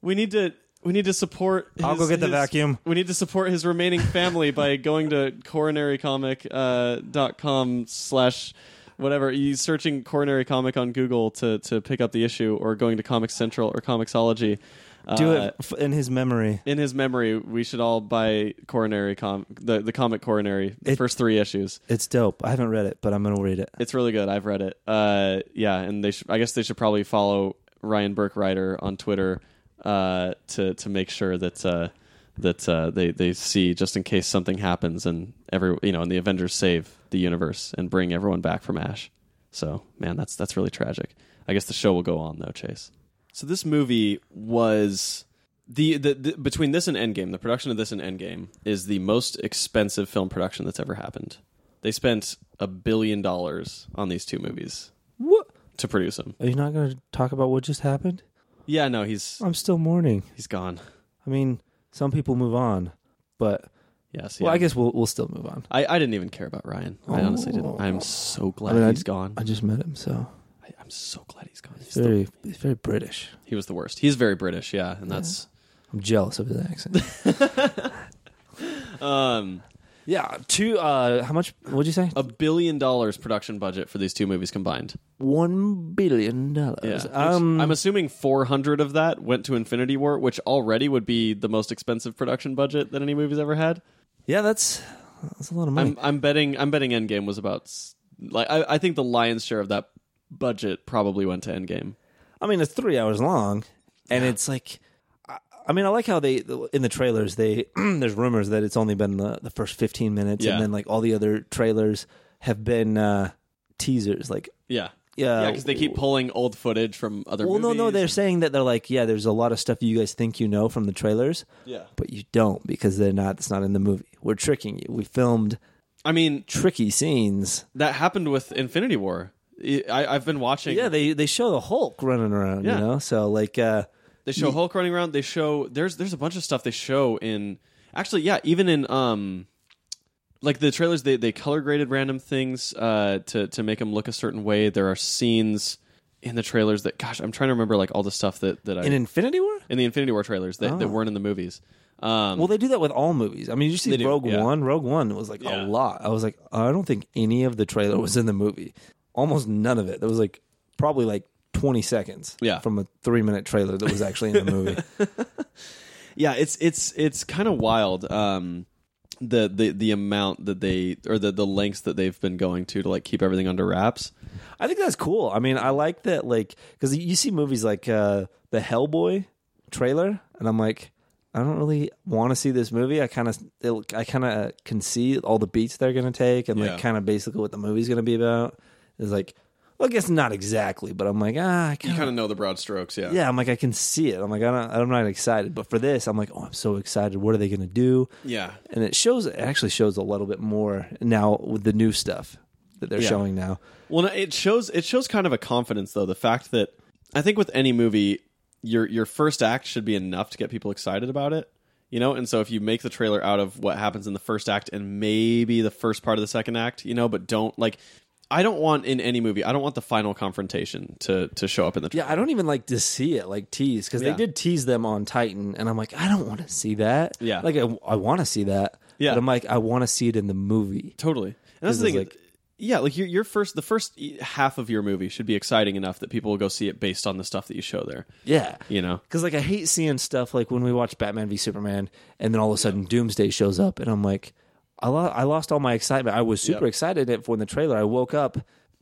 we need to we need to support I'll his- go get the his- vacuum. we need to support his remaining family by going to coronarycomic.com slash whatever you searching coronary comic on google to to pick up the issue or going to comic central or comixology Do Uh, it f- in his memory. in his memory, we should all buy Coronary com- the the comic Coronary, the It- first three issues. It's dope. I haven't read it, but I'm gonna read it. It's really good. I've read it. Uh, yeah, and they should. I guess they should probably follow Ryan Burke Ryder on Twitter uh, to to make sure that uh, that uh, they they see just in case something happens and every you know and the Avengers save the universe and bring everyone back from Ash. So man, that's that's really tragic. I guess the show will go on though, Chase. So this movie was the, the, the between this and Endgame, the production of this and Endgame is the most expensive film production that's ever happened. They spent a billion dollars on these two movies What? to produce them. Are you not gonna talk about what just happened? Yeah, no, he's I'm still mourning. he's gone. I mean, some people move on, but Yes. well, yeah. I guess we'll we'll still move on. I, I didn't even care about Ryan. I honestly didn't. I'm so glad Oh. I mean, I he's d- gone. I just met him, so I, I'm so glad he's gone. He's he's the- very he's very British. he was the worst. He's very British, yeah, and that's I'm jealous of his accent. um (laughs) yeah, two. Uh, how much? What'd you say? a billion dollars production budget for these two movies combined. One billion dollars. Which Um, I'm assuming 400 of that went to Infinity War, which already would be the most expensive production budget that any movie's ever had. yeah, that's that's a lot of money. I'm, I'm betting. I'm betting Endgame was about s- like I, I think the lion's share of that budget probably went to Endgame. I mean, it's three hours long, and it's like, I, I mean, I like how they in the trailers they (clears throat) there's rumors that it's only been the, the first 15 minutes, Yeah. and then like all the other trailers have been uh, teasers, like uh, Yeah, yeah, yeah, because they keep pulling old footage from other. Well, no, no, movies. they're saying that they're like, yeah, there's a lot of stuff you guys think you know from the trailers, yeah. but you don't because they're not. It's not in the movie. We're tricking you. We filmed I mean, tricky scenes. that happened with Infinity War. I, I- I've been watching. Yeah, they they show the Hulk running around, Yeah. you know. So like, uh, They show Hulk running around. They show there's there's a bunch of stuff they show in actually yeah even in um like the trailers they they color graded random things uh to to make them look a certain way. There are scenes in the trailers that gosh I'm trying to remember like all the stuff that that I in Infinity War. in the Infinity War trailers that, that weren't in the movies. Um, Well, they do that with all movies. I mean, you see do, Rogue yeah. One. Rogue One was like Yeah. a lot. I was like, I don't think any of the trailer was in the movie. Almost none of it. There was like probably like twenty seconds. Yeah. from a three minute trailer that was actually in the (laughs) movie. yeah, it's it's it's kind of wild. Um, the, the the amount that they or the the lengths that they've been going to to like keep everything under wraps. I think that's cool. I mean, I like that, like, because you see movies like uh, the Hellboy trailer, and I'm like, I don't really want to see this movie. I kind of I kind of can see all the beats they're going to take and Yeah. like kind of basically what the movie's going to be about. It's like, well, I guess not exactly, but I'm like, ah, I You kind kind of of know the broad strokes, yeah. yeah. I'm like, I can see it. I'm like, I don't, I'm not excited, but for this, I'm like, oh, I'm so excited. What are they going to do? Yeah. and it shows it actually shows a little bit more now with the new stuff that they're Yeah. showing now. Well, no, it shows it shows kind of a confidence though. The fact that I think with any movie, your your first act should be enough to get people excited about it. You know, and so if you make the trailer out of what happens in the first act and maybe the first part of the second act, you know, but don't like I don't want in any movie, I don't want the final confrontation to to show up in the trailer. Yeah, I don't even like to see it like tease because Yeah. they did tease them on Titan, and I'm like, I don't want to see that. Yeah. like I, want to see that. Yeah. but I'm like, I want to see it in the movie. Totally. And that's the This thing. is like- yeah, like your your first the first e- half of your movie should be exciting enough that people will go see it based on the stuff that you show there. Yeah, You know. because like I hate seeing stuff like when we watch Batman v Superman, and then all of a sudden Doomsday shows up, and I'm like, I, lo- I lost all my excitement. I was super Yep. excited at when the trailer. I woke up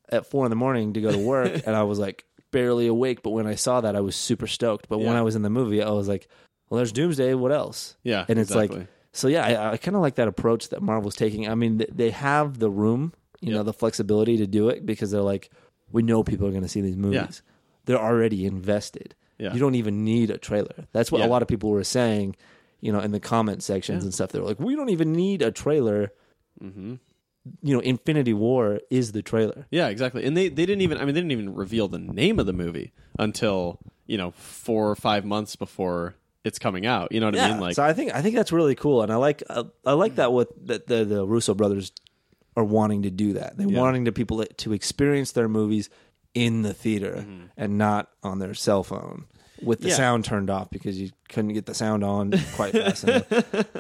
at four in the morning to go to work, (laughs) and I was like barely awake. But when I saw that, I was super stoked. But when Yeah. I was in the movie, I was like, well, there's Doomsday. What else? Yeah, and it's exactly. like so. Yeah, I, I kind of like that approach that Marvel's taking. I mean, th- they have the room, you know, the flexibility to do it because they're like, we know people are going to see these movies. They're already invested. Yeah. You don't even need a trailer. That's what Yeah. a lot of people were saying, you know, in the comment sections and stuff. They were like, we don't even need a trailer. Mm-hmm. You know, Infinity War is the trailer. Yeah, exactly. And they, they didn't even I mean they didn't even reveal the name of the movie until, you know, 4 or 5 months before it's coming out. You know what I mean? Like Mm. so I think I think that's really cool, and I like uh, I like that what that the the Russo brothers are wanting to do that. They're wanting to people to experience their movies in the theater and not on their cell phone with the Mm-hmm. Yeah. sound turned off because you couldn't get the sound on quite fast enough. (laughs)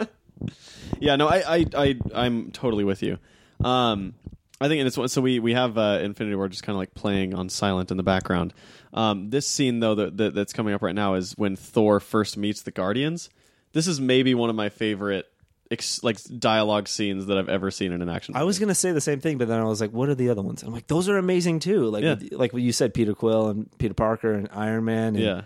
Yeah, no, I, I, I, I'm totally with you. Um, I think, and it's one- so we we have uh, Infinity War just kind of like playing on silent in the background. Um, this scene though that, that that's coming up right now is when Thor first meets the Guardians. This is maybe one of my favorite ex- like dialogue scenes that I've ever seen in an action. I was gonna say the same thing, but then I was like, "What are the other ones?" I'm like, "Those are amazing too." Like, Yeah. with- like what you said, Peter Quill and Peter Parker and Iron Man. And, yeah,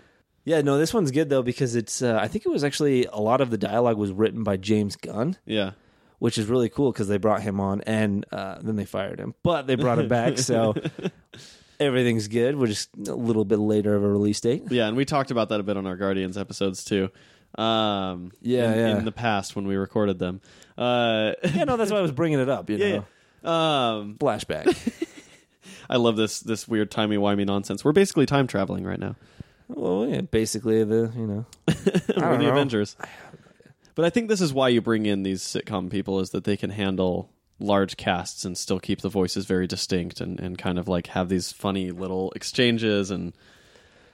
yeah. No, this one's good though because it's. Uh, I think it was actually a lot of the dialogue was written by James Gunn, yeah, which is really cool because they brought him on and uh, then they fired him, but they brought him back, (laughs) so everything's good. We're just a little bit later of a release date. yeah. And we talked about that a bit on our Guardians episodes too. Um, Yeah, in, yeah. in the past when we recorded them. Uh, (laughs) Yeah, no, that's why I was bringing it up. You know, yeah. yeah. Um, flashback. (laughs) I love this this weird timey wimey nonsense. We're basically time traveling right now. well, yeah, basically the you know (laughs) We're don't the know. Avengers. But I think this is why you bring in these sitcom people is that they can handle large casts and still keep the voices very distinct and, and kind of like have these funny little exchanges and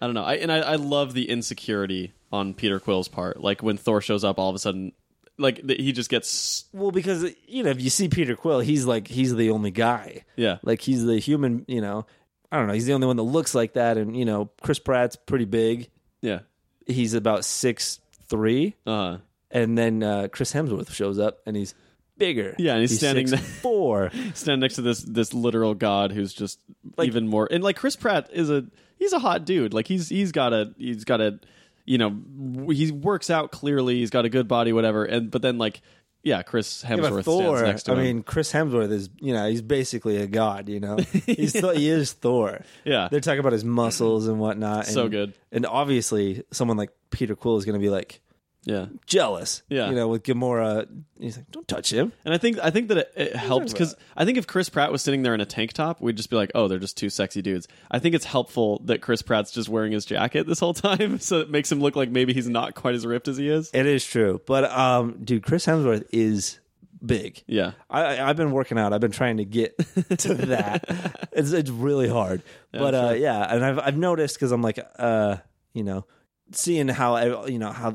I don't know. I and I, I love the insecurity on Peter Quill's part. Like when Thor shows up all of a sudden like th- he just gets Well, because you know, if you see Peter Quill, he's like he's the only guy. Yeah. Like he's the human, you know. I don't know, he's the only one that looks like that and you know, Chris Pratt's pretty big. Yeah. He's about six three. Uh And then uh, Chris Hemsworth shows up and he's bigger. Yeah, and he's standing there. (laughs) four. stand next to this this literal god who's just even more and like Chris Pratt is a he's a hot dude like he's he's got a he's got a you know w- he works out clearly he's got a good body whatever and but then like yeah Chris Yeah, Hemsworth but Thor. stands next to I him mean, Chris Hemsworth is you know he's basically a god. (laughs) You know, he's Thor- he is Thor. Yeah. they're talking about his muscles and whatnot. So and- good. And obviously, someone like Peter Quill is going to be like, yeah jealous. Yeah. You know, with Gamora, he's like, don't touch him. and I think I think that it, it helped because I think if Chris Pratt was sitting there in a tank top we'd just be like oh they're just two sexy dudes I think it's helpful that Chris Pratt's just wearing his jacket this whole (laughs) time so it makes him look like maybe he's not quite as ripped as he is It is true. But, um, dude, Chris Hemsworth is big. yeah I, I- I've been working out. I've been trying to get (laughs) to that. (laughs) it's, it's really hard. but, uh, yeah. And I've, I've noticed because I'm like, uh, you know, seeing how, I- you know, how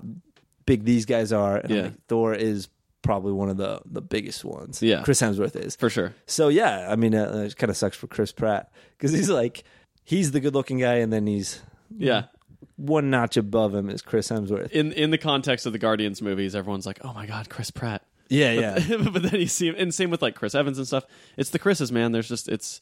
big these guys are. And I'm Yeah. like, Thor is probably one of the, the biggest ones. Yeah. Chris Hemsworth is. for sure So yeah, I mean, uh, it kind of sucks for Chris Pratt because he's like, he's the good-looking guy, and then he's yeah one notch above him is Chris Hemsworth. in in the context of the Guardians movies, everyone's like, "Oh my god, Chris Pratt." Yeah, (laughs) but then you see, and same with like Chris Evans and stuff. It's the Chris's man. There's just it's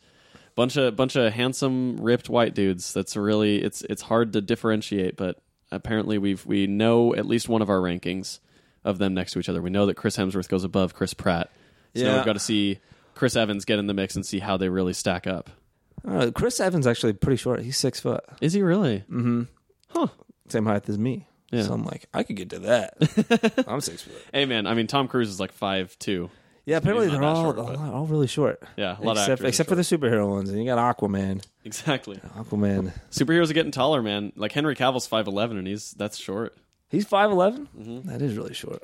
bunch of bunch of handsome, ripped white dudes. That's really it's it's hard to differentiate, but Apparently, we've we know at least one of our rankings of them next to each other. We know that Chris Hemsworth goes above Chris Pratt. So now Yeah. we've got to see Chris Evans get in the mix and see how they really stack up. (laughs) Uh, Chris Evans actually pretty short. He's six foot, Is he really? Mm. same height as me. Yeah. So I'm like, I could get to that. (laughs) I'm six foot. Hey man, I mean Tom Cruise is like five two. Yeah, apparently not they're that all short, but- all, all really short. Yeah, a lot of except actors are except for the superhero ones, and you got Aquaman. Exactly. Aquaman, Superheroes are getting taller, man. Like Henry Cavill's five eleven, and he's that's short. he's five is really short.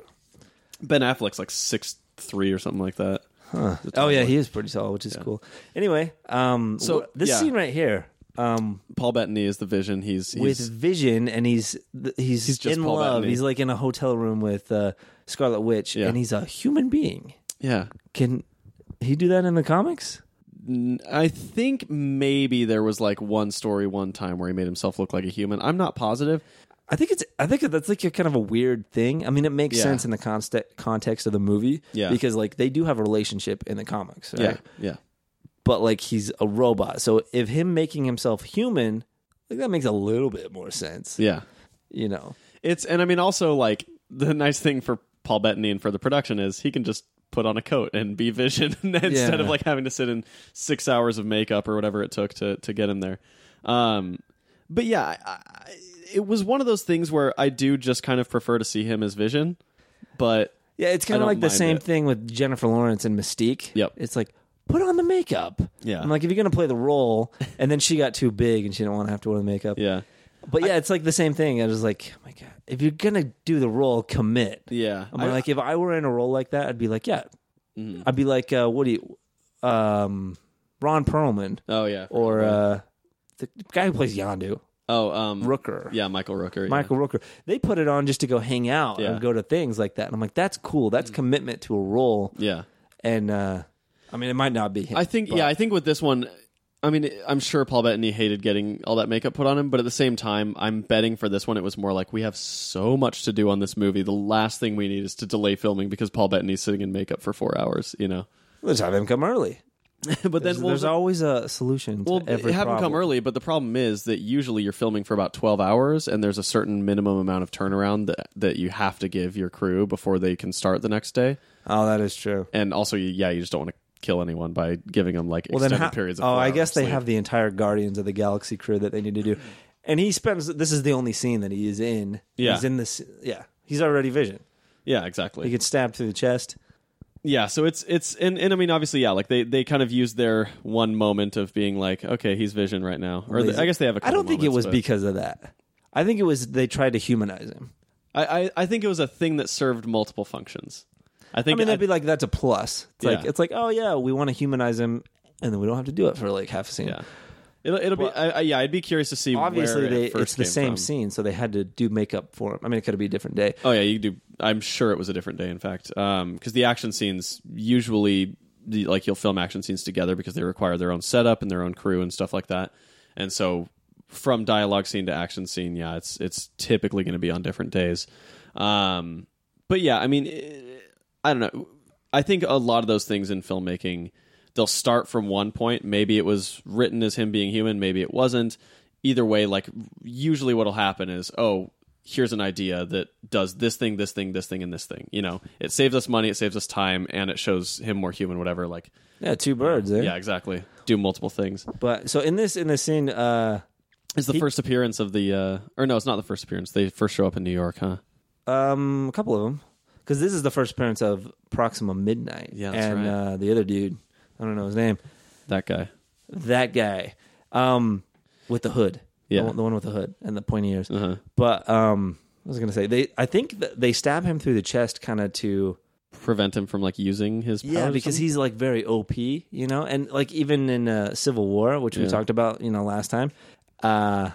Ben Affleck's like six three or something like that. Oh yeah, he is pretty tall, which is cool. Anyway, um, So, wh- this yeah. scene right here, um, Paul Bettany is the Vision. He's, he's with Vision, and he's th- he's, He's just in Paul love. Bettany. He's like in a hotel room with uh, Scarlet Witch, Yeah. and he's a human being. yeah. Can he do that in the comics? I think maybe there was like one story one time where he made himself look like a human. I'm not positive. I think it's. I think that's like a kind of a weird thing. I mean, it makes Yeah. sense in the context context of the movie, Yeah. Because like they do have a relationship in the comics, right? Yeah. Yeah. But like he's a robot, so if him making himself human, like that makes a little bit more sense, Yeah. you know? It's and I mean also like the nice thing for Paul Bettany and for the production is he can just put on a coat and be Vision (laughs) instead of like having to sit in six hours of makeup or whatever it took to to get him there. Um, but yeah, I, I, it was one of those things where I do just kind of prefer to see him as Vision, but Yeah, it's I kind don't of like the mind same it. thing with Jennifer Lawrence and Mystique. Yep. It's like put on the makeup. Yeah. I'm like if you're gonna play the role, and then she got too big and she didn't want to have to wear the makeup. yeah, But yeah, it's like the same thing. I was like, oh my god, if you're gonna do the role, commit. yeah. I'm like, if I were in a role like that, I'd be like, yeah, Mm-hmm. I'd be like, uh, what do you, um, Ron Perlman oh yeah, or uh, the guy who plays Yondu, oh um, Rooker, Yeah, Michael Rooker. yeah. Michael Rooker. They put it on just to go hang out Yeah. Mm. and go to things like that. And I'm like, that's cool. That's commitment to a role. Yeah. And uh, I mean, it might not be him. I think but- yeah, I think with this one I mean I'm sure Paul Bettany hated getting all that makeup put on him, but at the same time I'm betting for this one it was more like we have so much to do on this movie. The last thing we need is to delay filming because Paul Bettany's sitting in makeup for 4 hours, you know. let's have him come early. (laughs) but There's, then well, there's the- always a solution. To well, every have them problem. come early, but the problem is that usually you're filming for about 12 hours and there's a certain minimum amount of turnaround that that you have to give your crew before they can start the next day. Oh, that is true. And also you- yeah, you just don't want to kill anyone by giving them like Well, then, extended how- periods of oh, four I hours guess they sleep. have the entire Guardians of the Galaxy crew that they need to do, and he spends. This is the only scene that he is in. Yeah. he's in this. Yeah, he's already Vision. Yeah, exactly. He gets stabbed through the chest. yeah so it's it's and, and i mean obviously yeah like they they kind of used their one moment of being like okay he's vision right now or the, i guess they have a I couple don't think it moments, was but because of that. I think it was they tried to humanize him. I, I i think it was a thing that served multiple functions i I think mean, that'd be like that's a plus. It's like Yeah. it's like oh yeah, we want to humanize him, and then we don't have to do it for like half a scene. yeah it'll, it'll be I, I, yeah i'd be curious to see Obviously, where they it first it's the came same from. scene, so they had to do makeup for him. I mean, it could be a different day. oh yeah you do i'm sure it was a different day in fact um because the action scenes usually the, like you'll film action scenes together because they require their own setup and their own crew and stuff like that and so from dialogue scene to action scene yeah it's it's typically going to be on different days um but yeah i mean eh, i don't know i think a lot of those things in filmmaking they'll start from one point maybe it was written as him being human maybe it wasn't either way like usually what'll happen is oh here's an idea that does this thing this thing this thing and this thing you know it saves us money it saves us time and it shows him more human whatever like Yeah, two birds. Eh? yeah exactly do multiple things But so in this in this scene, uh, it's the first appearance of the uh or no it's not the first appearance they first show up in new york huh Um, a couple of them, because this is the first appearance of Proxima Midnight. Yeah, that's and right. uh, the other dude, I don't know his name, that guy that guy, um, with the hood. Yeah. the one, the one with the hood and the pointy ears. uh-huh But um, I was gonna say they. I think that they stab him through the chest, kind of to prevent him from like using his powers yeah, or because something? he's like very OP, you know, and like even in uh, Civil War, which we Yeah. talked about, you know, last time, uh,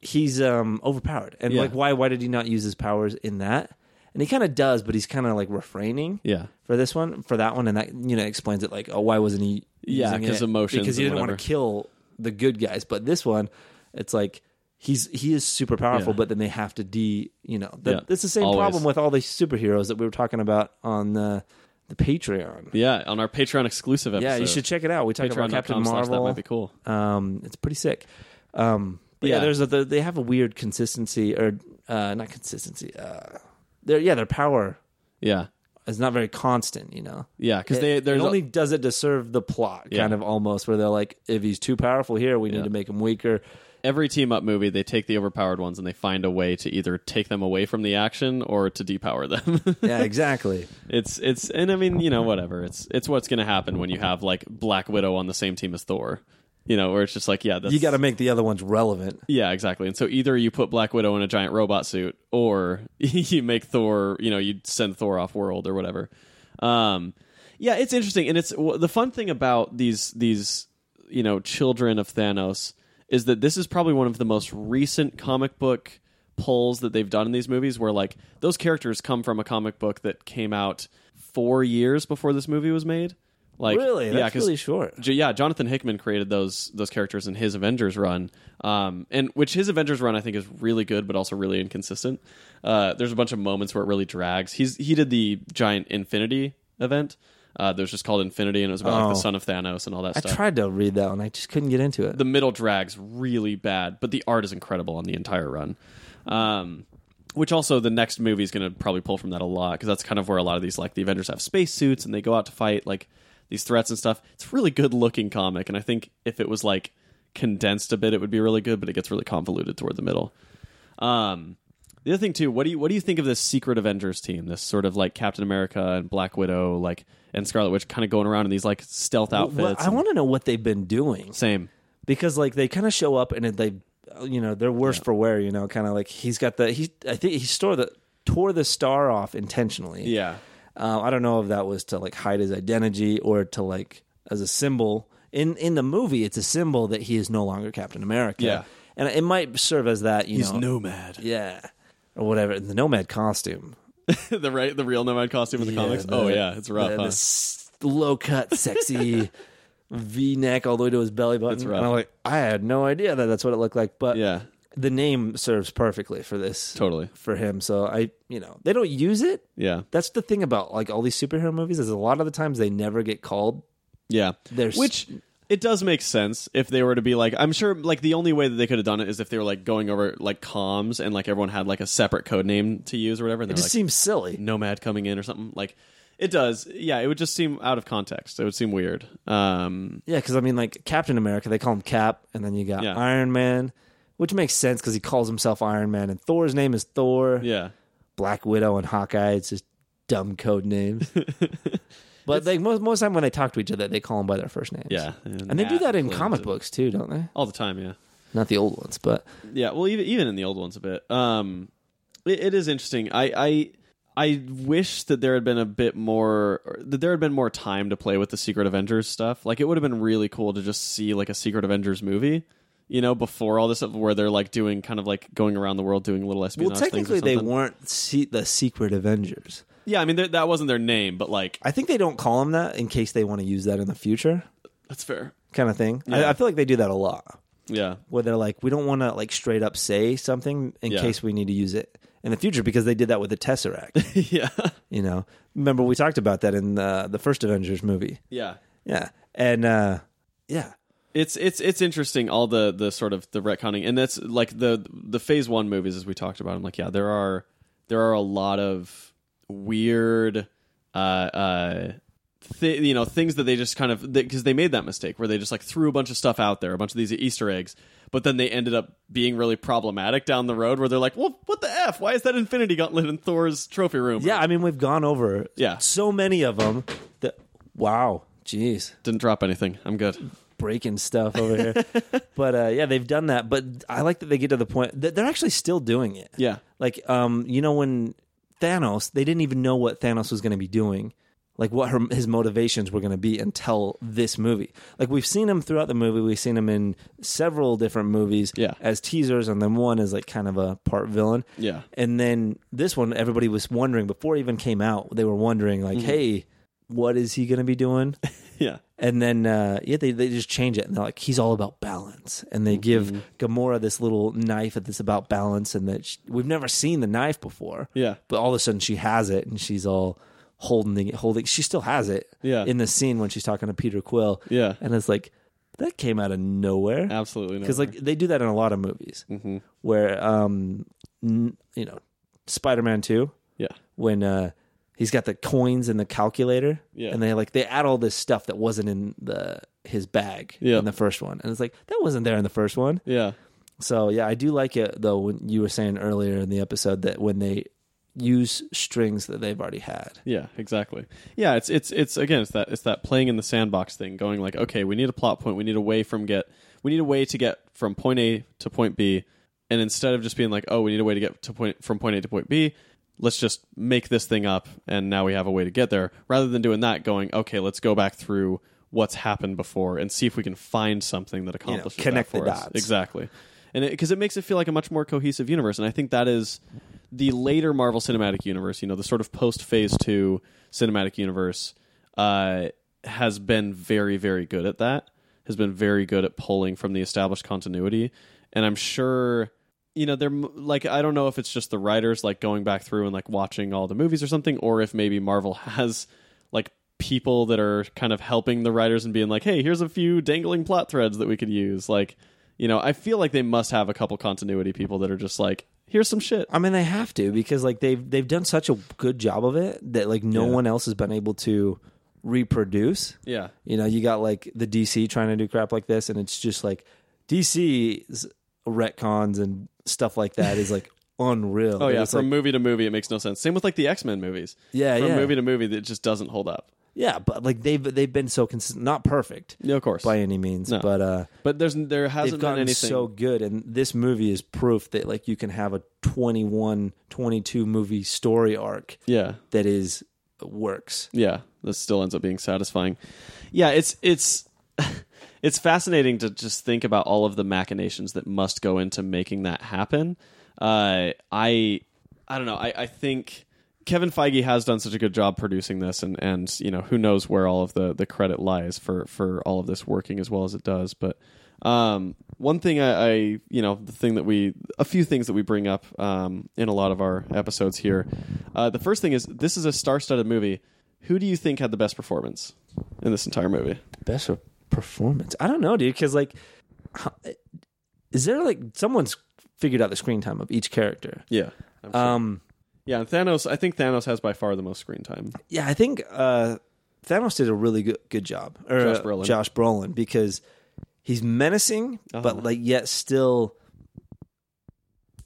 he's um overpowered, and Yeah. like why why did he not use his powers in that? And he kind of does, but he's kind of like refraining. yeah for this one, for that one, and that you know explains it like, oh, why wasn't he? Yeah, using 'cause it? emotions because he and didn't want to whatever. kill the good guys. But this one, it's like he's he is super powerful, Yeah. but then they have to de you know the, Yeah, it's the same always. problem with all the superheroes that we were talking about on the the Patreon. yeah on our patreon exclusive episode Yeah, you should check it out. We talked about Captain patreon.com slash that Marvel. might be cool Um, it's pretty sick. Um, but But yeah, Yeah. there's a, the- they have a weird consistency or uh, not consistency. Uh, their yeah, their power Yeah, is not very constant. You know, yeah, because It- they it there's only does it to serve the plot, Yeah. kind of almost where they're like, if he's too powerful here, we Yeah. need to make him weaker. every team up movie they take the overpowered ones and they find a way to either take them away from the action or to depower them. (laughs) (laughs) Yeah, exactly. it's it's and I mean you know whatever it's it's what's gonna happen when you have like Black Widow on the same team as Thor, you know, where it's just like yeah, that's, (laughs) you got to make the other ones relevant. Yeah, exactly. And so either you put Black Widow in a giant robot suit, or (laughs) you make Thor, you know, you send Thor off world or whatever. Um, yeah, it's interesting, and it's w- the fun thing about these these you know children of Thanos is that this is probably one of the most recent comic book pulls that they've done in these movies, where like those characters come from a comic book that came out four years before this movie was made. Like really, yeah, that's 'cause- really short. J- yeah, Jonathan Hickman created those those characters in his Avengers run, um, and which his Avengers run I think is really good, but also really inconsistent. Uh, there's a bunch of moments where it really drags. He's he did the giant Infinity event. Uh, that was just called Infinity, and it was about like Oh. the son of Thanos and all that I stuff. tried to read that one, I just couldn't get into it. the middle drags really bad, but the art is incredible on the entire run. Um, which also the next movie is going to probably pull from that a lot because that's kind of where a lot of these like the Avengers have spacesuits and they go out to fight like these threats and stuff. It's a really good looking comic, and I think if it was like condensed a bit, it would be really good. But it gets really convoluted toward the middle. Um, the other thing too, what do you what do you think of this Secret Avengers team? This sort of like Captain America and Black Widow, like and Scarlet Witch, kind of going around in these like stealth outfits. well, I and- want to know what they've been doing same. because like they kind of show up and they, you know, they're worse for wear. You know, kind of like he's got the he. I think he store the tore the star off intentionally. Yeah. Uh, I don't know if that was to like hide his identity or to like as a symbol. In in the movie, it's a symbol that he is no longer Captain America. Yeah. and it might serve as that. You know, nomad. yeah, or whatever. And the nomad costume. (laughs) the right, the real nomad costume in the comics. the- oh yeah, it's rough. the, huh? the s- low cut, (laughs) sexy V neck all the way to his belly button. rough. And I'm like, I had no idea that that's what it looked like. But yeah, the name serves perfectly for this. Totally. for him. So I, you know, they don't use it. yeah, That's the thing about like all these superhero movies is a lot of the times they never get called. yeah. There's- Which it does make sense if they were to be like, I'm sure. Like the only way that they could have done it is if they were like going over like comms and like everyone had like a separate code name to use or whatever. And It they're just like seems silly. nomad coming in or something like. It does, yeah. It would just seem out of context. It would seem weird. Um, Yeah, because I mean, like Captain America, they call him Cap, and then you got Yeah. Iron Man, which makes sense because he calls himself Iron Man, and Thor's name is Thor. yeah, Black Widow and Hawkeye. It's just dumb (laughs) code names. but like most most time when they talk to each other, they call them by their first names. yeah. and they do that in Clint comic and- books too, don't they? all the time. Yeah, Not the old ones, but Yeah, well, even even in the old ones a bit. Um, it, it is interesting. I, I I wish that there had been a bit more or that there had been more time to play with the Secret Avengers stuff. Like it would have been really cool to just see like a Secret Avengers movie. You know, before all this, stuff where they're like doing kind of like going around the world doing little espionage. well, things or technically they something. weren't se- the Secret Avengers. Yeah, I mean they're- that wasn't their name, but like I think they don't call them that in case they want to use that in the future, that's fair. kind of thing. Yeah. I, I feel like they do that a lot, (laughs) Yeah, (laughs) where they're like, we don't want to like straight up say something in Yeah. case we need to use it in the future because they did that with the (laughs) Tesseract. yeah, you know, remember we talked about that in the, the first Avengers movie. yeah. Yeah. And uh yeah. It's it's it's interesting all the the sort of the retconning and that's like the the phase one movies as we talked about. I'm like, yeah, there are there are a lot of weird, uh, uh, th- you know, things that they just kind of because they made that mistake where they just like threw a bunch of stuff out there, a bunch of these Easter eggs, but then they ended up being really problematic down the road where they're like, well, what the f? Why is that Infinity Gauntlet in Thor's trophy room? Yeah, I mean we've gone over Yeah. so many of them that wow, jeez, didn't drop anything. I'm good. breaking stuff over here. (laughs) but uh yeah, they've done that, but I like that they get to the point that they're actually still doing it. Yeah, Like um you know when Thanos, they didn't even know what Thanos was going to be doing. Like what her, his motivations were going to be until this movie. Like we've seen him throughout the movie, we've seen him in several different movies Yeah. as teasers, and then one is like kind of a part villain. yeah, And then this one, everybody was wondering before it even came out. They were wondering, like, Mm-hmm. hey, what is he going to be doing? yeah, And then, uh, yeah, they, they just change it. And they're like, he's all about balance. And they give Gamora this little knife that's about balance. And that sh we've never seen the knife before. Yeah. But all of a sudden she has it and she's all holding it, holding. She still has it Yeah. in the scene when she's talking to Peter Quill. Yeah. And it's like, that came out of nowhere. Absolutely not. because like they do that in a lot of movies Mhm. where um n- you know spider-man 2 yeah, when uh he's got the coins and the calculator Yeah. and they like they add all this stuff that wasn't in the his bag Yeah. in the first one and it's like that wasn't there in the first one yeah, so yeah i do like it though when you were saying earlier in the episode that when they use strings that they've already had yeah. Exactly. Yeah, it's it's it's again, it's that it's that playing in the sandbox thing. Going like, okay, we need a plot point. We need a way from get. We need a way to get from point A to point B. And instead of just being like, oh, we need a way to get to point from point A to point B, let's just make this thing up, and now we have a way to get there. Rather than doing that, going, okay, let's go back through what's happened before and see if we can find something that accomplishes connect that the for us. dots. Exactly. And because it, makes it feel like a much more cohesive universe, and I think that is the later Marvel Cinematic Universe. You know, the sort of post Phase Two cinematic universe uh, has been very, very good at that. Has been very good at pulling from the established continuity, and I'm sure you know they're m- like I don't know if it's just the writers like going back through and like watching all the movies or something, or if maybe Marvel (laughs) has like people that are kind of helping the writers and being like, hey, here's a few dangling plot threads that we could use, like. You know, I feel like they must have a couple continuity people that are just like, here's some shit. I mean, they have to because like they've they've done such a good job of it that like no Yeah. one else has been able to reproduce. Yeah. You know, you got like the DC trying to do crap like this, and it's just like DC's retcons and stuff like that (laughs) is like unreal. Oh yeah, It's, from like- movie to movie, it makes no sense. Same with like the X Men movies. Yeah, from yeah. movie to movie, it just doesn't hold up. yeah, but like they've they've been so consistent, not perfect Yeah, of course. by any means, No. but uh, But there's there they've hasn't been gotten anything. so good, and this movie is proof that like you can have a 21, 22 movie story arc yeah, that is works. yeah. This still ends up being satisfying. Yeah, it's it's (laughs) it's fascinating to just think about all of the machinations that must go into making that happen. Uh, I I don't know. I, I think Kevin Feige has done such a good job producing this, and and you know who knows where all of the the credit lies for for all of this working as well as it does. But um, one thing I, I you know the thing that we a few things that we bring up um, in a lot of our episodes here. Uh, the first thing is this is a star-studded movie. Who do you think had the best performance in this entire movie? best re- performance. I don't know, dude. Because like, h- is there like someone's figured out the screen time of each character? Yeah. Um, Yeah, and Thanos. I think Thanos has by far the most screen time. yeah, I think uh, Thanos did a really good good job. Or, Josh uh, Brolin. Josh Brolin, because he's menacing, Uh-huh. but like yet still,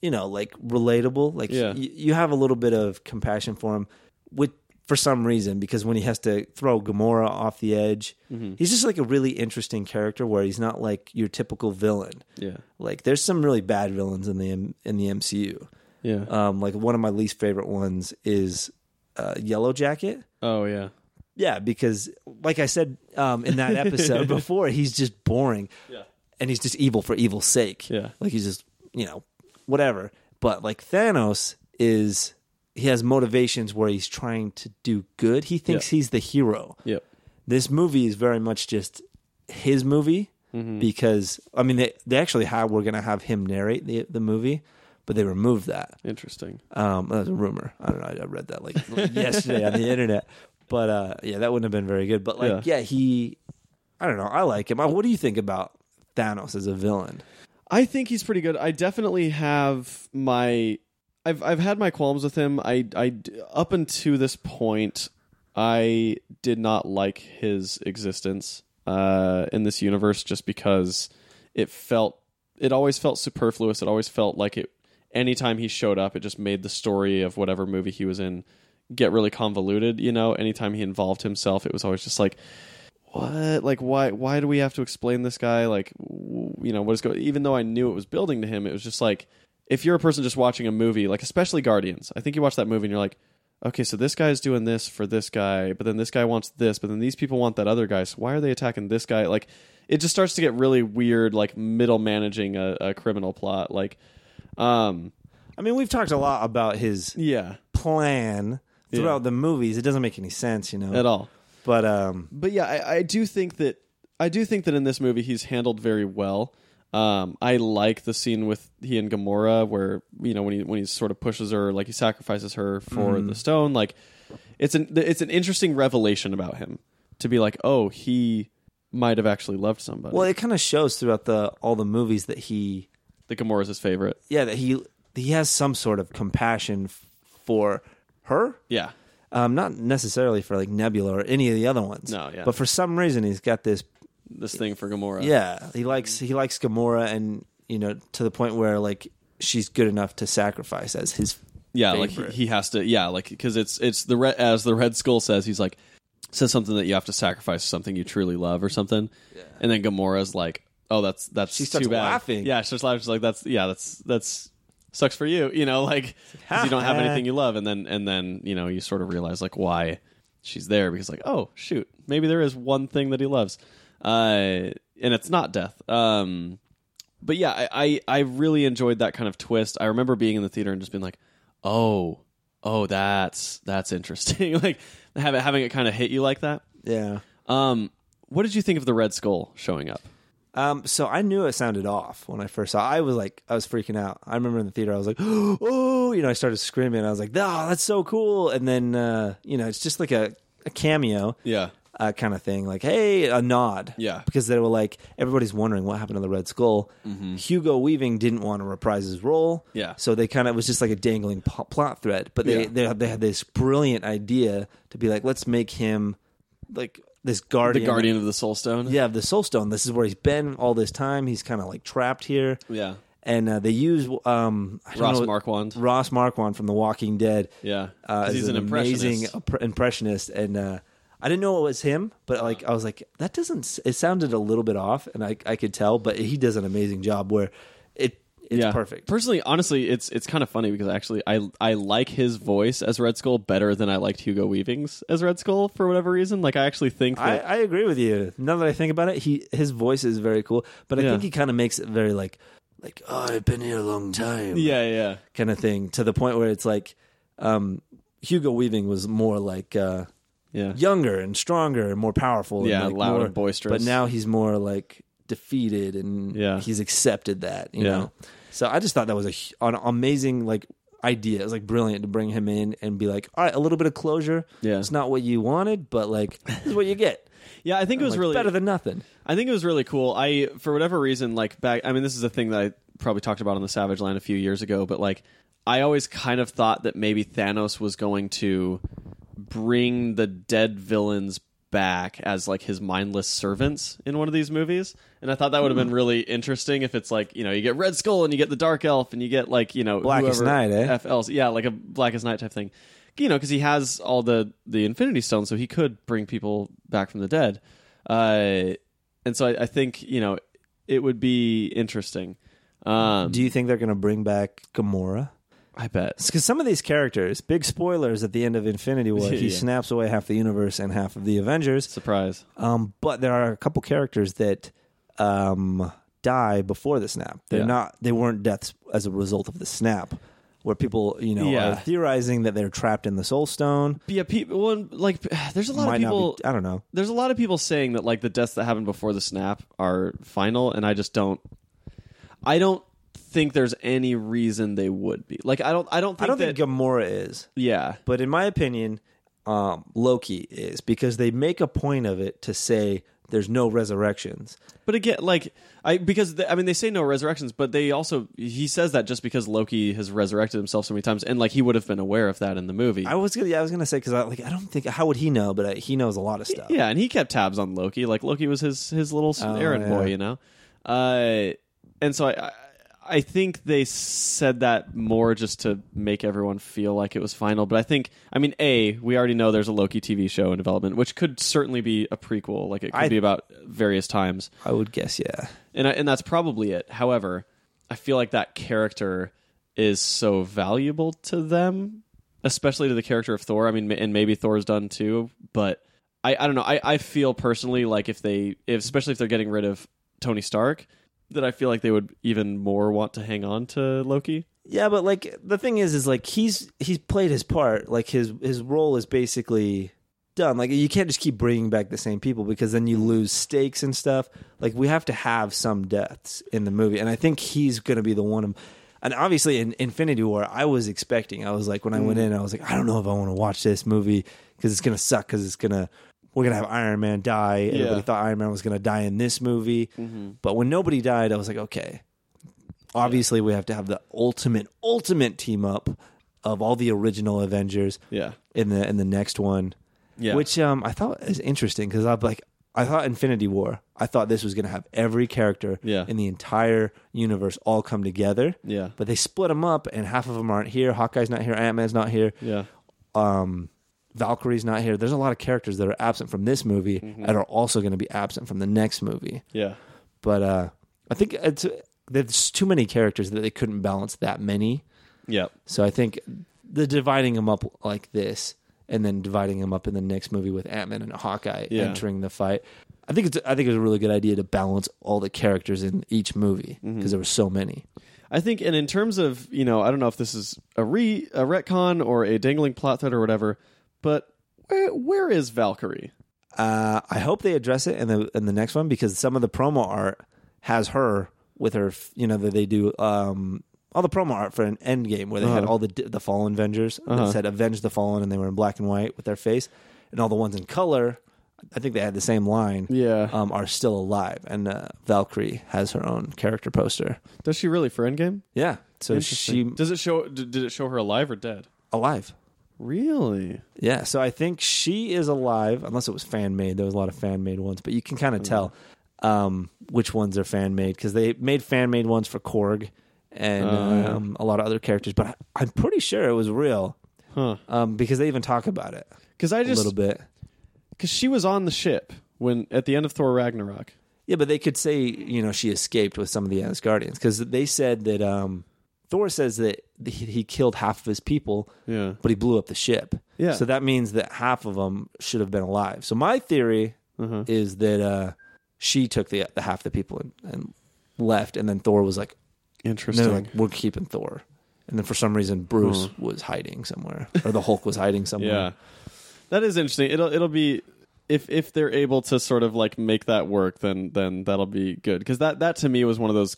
you know, like relatable. Like Yeah. y- you have a little bit of compassion for him, with for some reason because when he has to throw Gamora off the edge, Mm-hmm. he's just like a really interesting character where he's not like your typical villain. Yeah. Like there's some really bad villains in the M- in the MCU. Yeah. Um, like one of my least favorite ones is uh, Yellow Jacket. oh yeah. Yeah, because like I said um, in (laughs) that episode before, he's just boring. Yeah. And he's just evil for evil's sake. Yeah. Like he's just, you know, whatever. But like Thanos is he has motivations where he's trying to do good. He thinks he's the hero. Yep. This movie is very much just his movie because I mean they, they actually had were gonna have him narrate the the movie, but they removed that. Interesting. Um, that was a rumor. I don't know. I- I read that like yesterday on the internet. But uh, yeah, that wouldn't have been very good. But like, yeah. he. I don't know. I like him. Uh, What do you think about Thanos as a villain? I think he's pretty good. I definitely have my I've I've had my qualms with him. I I up until this point I did not like his existence uh in this universe just because it felt it always felt superfluous. It always felt like it anytime he showed up it just made the story of whatever movie he was in get really convoluted, you know. Anytime he involved himself, it was always just like what like why why do we have to explain this guy like w- you know what is going even though i knew it was building to him it was just like if you're a person just watching a movie like especially guardians i think you watch that movie and you're like okay so this guy's doing this for this guy but then this guy wants this but then these people want that other guy so why are they attacking this guy like it just starts to get really weird like middle managing a, a criminal plot like um I mean, we've talked a lot about his yeah plan throughout Yeah. the movies. It doesn't make any sense, you know. at all But um, but yeah, I, I do think that I do think that in this movie he's handled very well. Um, I like the scene with he and Gamora where you know when he when he sort of pushes her like he sacrifices her for the stone. Like it's an it's an interesting revelation about him to be like oh he might have actually loved somebody. Well, it kind of shows throughout the all the movies that he the Gamora's his favorite. yeah that he he has some sort of compassion f- for her Yeah. um not necessarily for like nebula or any of the other ones No, yeah. but for some reason he's got this This thing for Gamora. yeah he likes he likes gamora and you know to the point where like she's good enough to sacrifice as his Yeah, like favorite. he, he has to. Yeah, like because it's it's the red as the Red Skull says he's like says something that you have to sacrifice something you truly love or something, and then Gamora's like, oh, that's that's She starts too bad. laughing. Yeah, she starts laughing. She's like, that's yeah, that's that's sucks for you. You know, like 'cause you don't have anything you love, and then and then you know you sort of realize like why she's there because like oh shoot maybe there is one thing that he loves, uh, and it's not death. Um, but yeah, I, I I really enjoyed that kind of twist. I remember being in the theater and just being like, oh, oh, that's that's interesting. (laughs) like have it, having it kind of hit you like that. yeah Um, what did you think of the Red Skull showing up? um so i knew it sounded off when i first saw it. i was like i was freaking out i remember in the theater i was like (gasps) oh you know i started screaming i was like oh that's so cool and then uh you know it's just like a, a cameo Yeah, uh, kind of thing, like hey, a nod, Yeah. because they were like everybody's wondering what happened to the Red Skull. Hugo Weaving didn't want to reprise his role, Mm-hmm. Yeah. so they kind of it was just like a dangling po- plot thread. But they, Yeah. they they had this brilliant idea to be like, let's make him like this the guardian, Guardian of the Soul Stone. yeah, of the Soul Stone. This is where he's been all this time. He's kind of like trapped here, yeah, and uh, they use um I don't Ross know- Marquand. Ross Marquand from The Walking Dead, Yeah, uh, 'Cause is he's an, impressionist. amazing imp- impressionist, and uh, I didn't know it was him, but like I was like, that doesn't. s- It sounded a little bit off, and I I could tell, but he does an amazing job where it it's perfect. Personally, honestly, it's it's kind of funny because actually I I like his voice as Red Skull better than I liked Hugo Weaving's as Red Skull for whatever reason. Like I actually think I, that I agree with you. Now that I think about it, he his voice is very cool, but I Yeah. think he kind of makes it very like like oh, I've been here a long time, yeah, yeah, yeah. kind of thing. To the point where it's like, um, Hugo Weaving was more like. Uh, yeah. younger and stronger and more powerful. Yeah, and like loud more, and boisterous. But now he's more like defeated and Yeah. he's accepted that, you Yeah. know? So I just thought that was a, hu- an amazing like idea. It was like brilliant to bring him in and be like, all right, a little bit of closure. Yeah. It's not what you wanted, but like, this is what you get. Yeah, I think (laughs) it was Like, really better than nothing. I think it was really cool. I for whatever reason like back I mean this is a thing that I probably talked about on the Savage Land a few years ago, but like I always kind of thought that maybe Thanos was going to bring the dead villains back as like his mindless servants in one of these movies. And I thought that would have Hmm. been really interesting if it's like, you know, you get Red Skull and you get the Dark Elf and you get like, you know, Blackest whoever- Night, eh? FLs. Yeah, like a Blackest Night type thing. You know, because he has all the the Infinity Stones, so he could bring people back from the dead. Uh, and so I, I think you know it would be interesting. Um, Do you think they're going to bring back Gamora? I bet. Because some of these characters, big spoilers at the end of Infinity War, (laughs) he Yeah. snaps away half the universe and half of the Avengers. Surprise. Um, but there are a couple characters that um, die before the snap. They're Yeah. not. They weren't deaths as a result of the snap. Where people, you know, Yeah. are theorizing that they're trapped in the Soul Stone. Yeah, people. Well, like, (sighs) there's a lot Might of people. not be. I don't know. there's a lot of people saying that like the deaths that happen before the snap are final, and I just don't. I don't think there's any reason they would be. Like, I don't. I don't think I don't that. think Gamora is, yeah. but in my opinion, um, Loki is because they make a point of it to say there's no resurrections. But again, like I because the, I mean they say no resurrections, but they also he says that just because Loki has resurrected himself so many times, and like he would have been aware of that in the movie. I was gonna, yeah, I was gonna say because I like I don't think how would he know, but uh, he knows a lot (laughs) of stuff. Oh, yeah, and he kept tabs on Loki. Like Loki was his his little s errand yeah. boy, you know. Uh, and so I, I I think they said that more just to make everyone feel like it was final. But I think I mean a we already know there's a Loki TV show in development, which could certainly be a prequel. Like it could I- be about various times. I would guess, yeah. and I, and that's probably it. However, I feel like that character is so valuable to them, especially to the character of Thor. I mean, ma- and maybe Thor's done too, but I, I don't know. I, I feel personally like if they, if, especially if they're getting rid of Tony Stark, that I feel like they would even more want to hang on to Loki. Yeah, but like the thing is, is like he's he's played his part. Like his his role is basically done. Like you can't just keep bringing back the same people because then you lose stakes and stuff. Like we have to have some deaths in the movie, and I think he's going to be the one. Of, and obviously, in Infinity War, I was expecting. I was like, when I went in, I was like, I don't know if I want to watch this movie because it's going to suck because it's going to we're gonna have Iron Man die. Everybody Yeah. thought Iron Man was gonna die in this movie, but when nobody died, I was like, okay, obviously we have to have the ultimate, ultimate team up of all the original Avengers Yeah. in the in the next one. Yeah. Which um I thought is interesting because I'm like I thought Infinity War. I thought this was going to have every character Yeah. in the entire universe all come together. Yeah. But they split them up, and half of them aren't here. Hawkeye's not here. Ant Man's not here. Yeah. Um, Valkyrie's not here. There's a lot of characters that are absent from this movie Mm-hmm. and are also going to be absent from the next movie. Yeah. But uh, I think it's there's too many characters that they couldn't balance that many. Yeah. So I think the dividing them up like this, and then dividing them up in the next movie with Ant Man and Hawkeye Yeah. entering the fight. I think it's I think it was a really good idea to balance all the characters in each movie because there were so many. I think, and in terms of you know, I don't know if this is a re a retcon or a dangling plot thread or whatever, but where where is Valkyrie? Uh, I hope they address it in the in the next one because some of the promo art has her with her. f- You know that they do um, all the promo art for an Endgame where they had Uh-huh. all the d- the fallen Avengers that said "Avenge the Fallen" and they were in black and white with their face, and all the ones in color. I think they had the same line. Yeah. um, are still alive, and uh, Valkyrie has her own character poster. Does she really for Endgame? Yeah, so she Interesting. does it show? d- Did it show her alive or dead? alive. Really? Yeah, so I think she is alive, unless it was fan made. There was a lot of fan made ones, but you can Mm-hmm. kind of tell um, which ones are fan made because they made fan made ones for Korg Oh, and um, a lot of other characters. But I, I'm pretty sure it was real Huh? um, because they even talk about it Because I a little just bit. because she was on the ship when at the end of Thor Ragnarok. Yeah, but they could say you know she escaped with some of the Asgardians because they said that um, Thor says that he, he killed half of his people, Yeah. but he blew up the ship. Yeah. So that means that half of them should have been alive. So my theory Mm-hmm. is that uh, she took the, the half the people and, and left, and then Thor was like, "No, Interesting. Mm-hmm. no, we're keeping Thor." And then for some reason, Bruce was hiding somewhere, or the Hulk was hiding somewhere. Yeah, that is interesting. It'll it'll be if if they're able to sort of like make that work, then then that'll be good. Because that that to me was one of those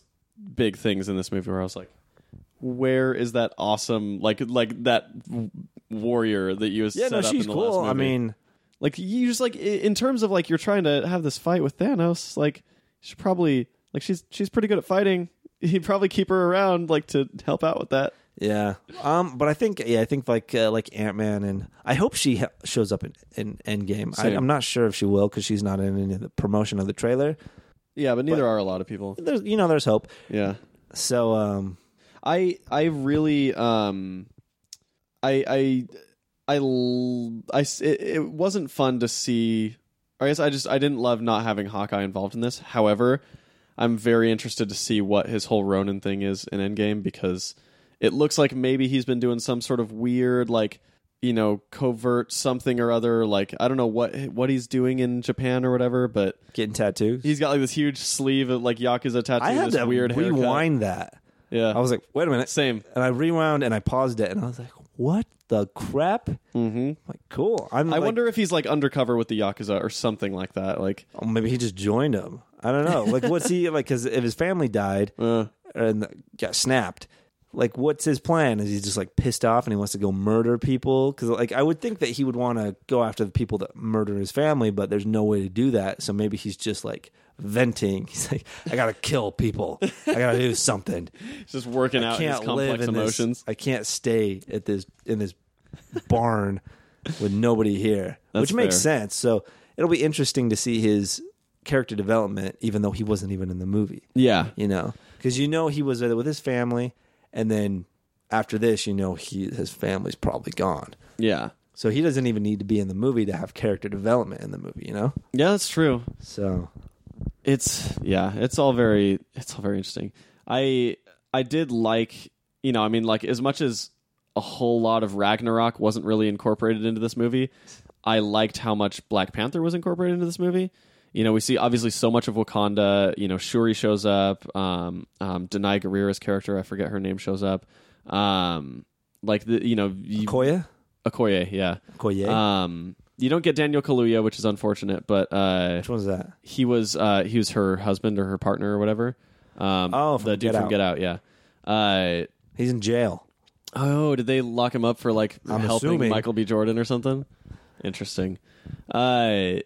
big things in this movie where I was like, where is that awesome like like that w- warrior that you Yeah, set no, up she's in the cool. last I movie? mean, like you just like i- in terms of like you're trying to have this fight with Thanos, like she's probably like she's she's pretty good at fighting. (laughs) He'd probably keep her around like to help out with that. Yeah. Um. But I think yeah, I think like uh, like Ant Man and I hope she ha- shows up in in Endgame. I, Same. I'm not sure if she will because she's not in any of the promotion of the trailer. Yeah, but neither are a lot of people. There's you know there's hope. Yeah. So um. I I really um I I I l- I s- it, it wasn't fun to see. I guess I just I didn't love not having Hawkeye involved in this. However, I'm very interested to see what his whole Ronin thing is in Endgame because it looks like maybe he's been doing some sort of weird like you know covert something or other like I don't know what what he's doing in Japan or whatever, but Getting tattoos. he's got like this huge sleeve of like yakuza tattoo. I had this to weird haircut. rewind that. Yeah, I was like, wait a minute. same. And I rewound and I paused it and I was like, what the crap? Mm-hmm. like cool. I'm. I like- wonder if he's like undercover with the yakuza or something like that. Like, Oh, maybe he just joined him. I don't know. Like, what's he like? Because if his (laughs) family died Uh. and got snapped, like, what's his plan? Is he just like pissed off and he wants to go murder people? Because like, I would think that he would want to go after the people that murder his family, but there's no way to do that. So maybe he's just like venting. (laughs) He's like, I gotta kill people. I gotta do something. he's just working I out his can't live complex in emotions. this. I can't stay at this in this barn with nobody here, That's which makes fair. sense. So it'll be interesting to see his character development, even though he wasn't even in the movie. Yeah, You know, because you know he was with his family, and then after this, you know he his family's probably gone. yeah, So he doesn't even need to be in the movie to have character development in the movie. You know, yeah. That's true. so It's yeah. It's all very. It's all very interesting. I I did like you know. I mean, like as much as a whole lot of Ragnarok wasn't really incorporated into this movie, I liked how much Black Panther was incorporated into this movie. You know, we see obviously so much of Wakanda. You know, Shuri shows up. Um, um, Denai Guerrera's character, I forget her name, shows up. Um, like the you know, you, Koya, Okoye, yeah. Koye, Um, you don't get Daniel Kaluuya, which is unfortunate, but uh, which one's that? he was uh, he was her husband or her partner or whatever. Um, Oh, from the dude Get from Out. Get Out, yeah. Uh, He's in jail. oh, did they lock him up for like I'm helping assuming. Michael B. Jordan or something? Interesting. Uh,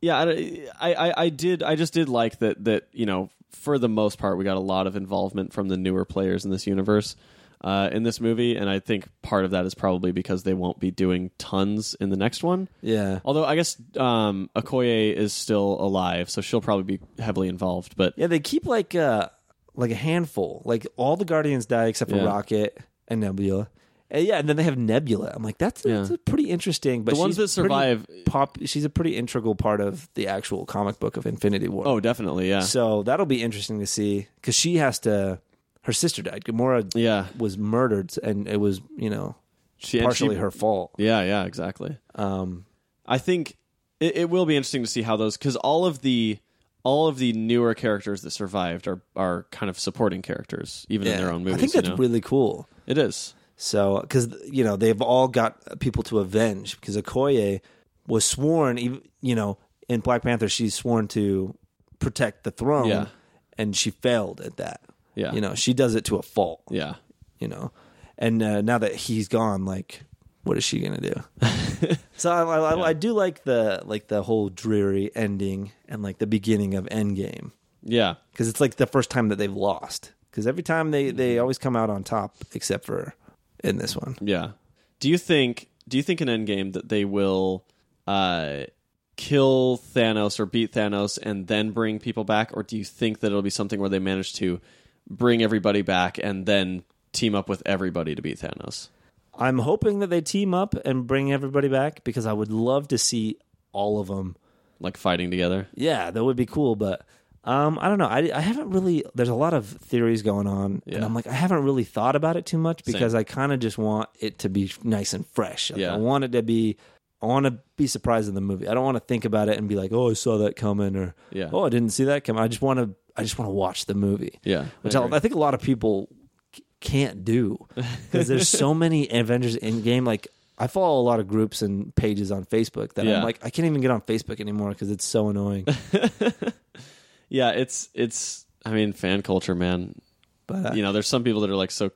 yeah, I, I, I did. I just did like that. That you know, for the most part, we got a lot of involvement from the newer players in this universe, uh, in this movie, and I think part of that is probably because they won't be doing tons in the next one. Yeah. Although I guess um, Okoye is still alive, so she'll probably be heavily involved. But Yeah, they keep like uh like a handful. Like all the Guardians die except for Yeah. Rocket and Nebula. And yeah, and then they have Nebula. I'm like, that's, Yeah. that's a pretty interesting. But The ones she's that survive- pretty pop. She's a pretty integral part of the actual comic book of Infinity War. oh, definitely, yeah, so that'll be interesting to see because she has to. Her sister died. Gamora yeah. was murdered, and it was you know She and partially she- her fault. Yeah, yeah, exactly. Um, I think it, it will be interesting to see how those because all of the all of the newer characters that survived are are kind of supporting characters even in their own movies. I think you that's know? really cool. it is. So, because you know they've all got people to avenge. Because Okoye was sworn, ev- you know, in Black Panther, she's sworn to protect the throne, Yeah. and she failed at that. Yeah. you know, she does it to a fault. Yeah, you know, and uh, now that he's gone, like, what is she gonna do? (laughs) so I, I, I- I do like the like the whole dreary ending and like the beginning of Endgame yeah, because it's like the first time that they've lost. Because every time they Mm-hmm. they always come out on top, except for in this one. yeah. Do you think do you think in Endgame that they will uh, kill Thanos or beat Thanos and then bring people back, or do you think that it'll be something where they manage to bring everybody back and then team up with everybody to beat Thanos? I'm hoping that they team up and bring everybody back because I would love to see all of them. Like fighting together, Yeah, that would be cool, but um, I don't know. I, I haven't really. There's a lot of theories going on, and Yeah. I'm like, I haven't really thought about it too much because I kind of just want it to be nice and fresh. Like, Yeah. I want it to be. I want to be surprised in the movie. I don't want to think about it and be like, "Oh, I saw that coming," or Yeah. "Oh, I didn't see that coming." I just want to. I just want to watch the movie yeah. which I, I think a lot of people c- can't do because (laughs) there's so many Avengers in game. Like I follow a lot of groups and pages on Facebook that I'm Yeah. like I can't even get on Facebook anymore because it's (laughs) so annoying. yeah it's it's i mean fan culture man But uh, you know there's some people that are like so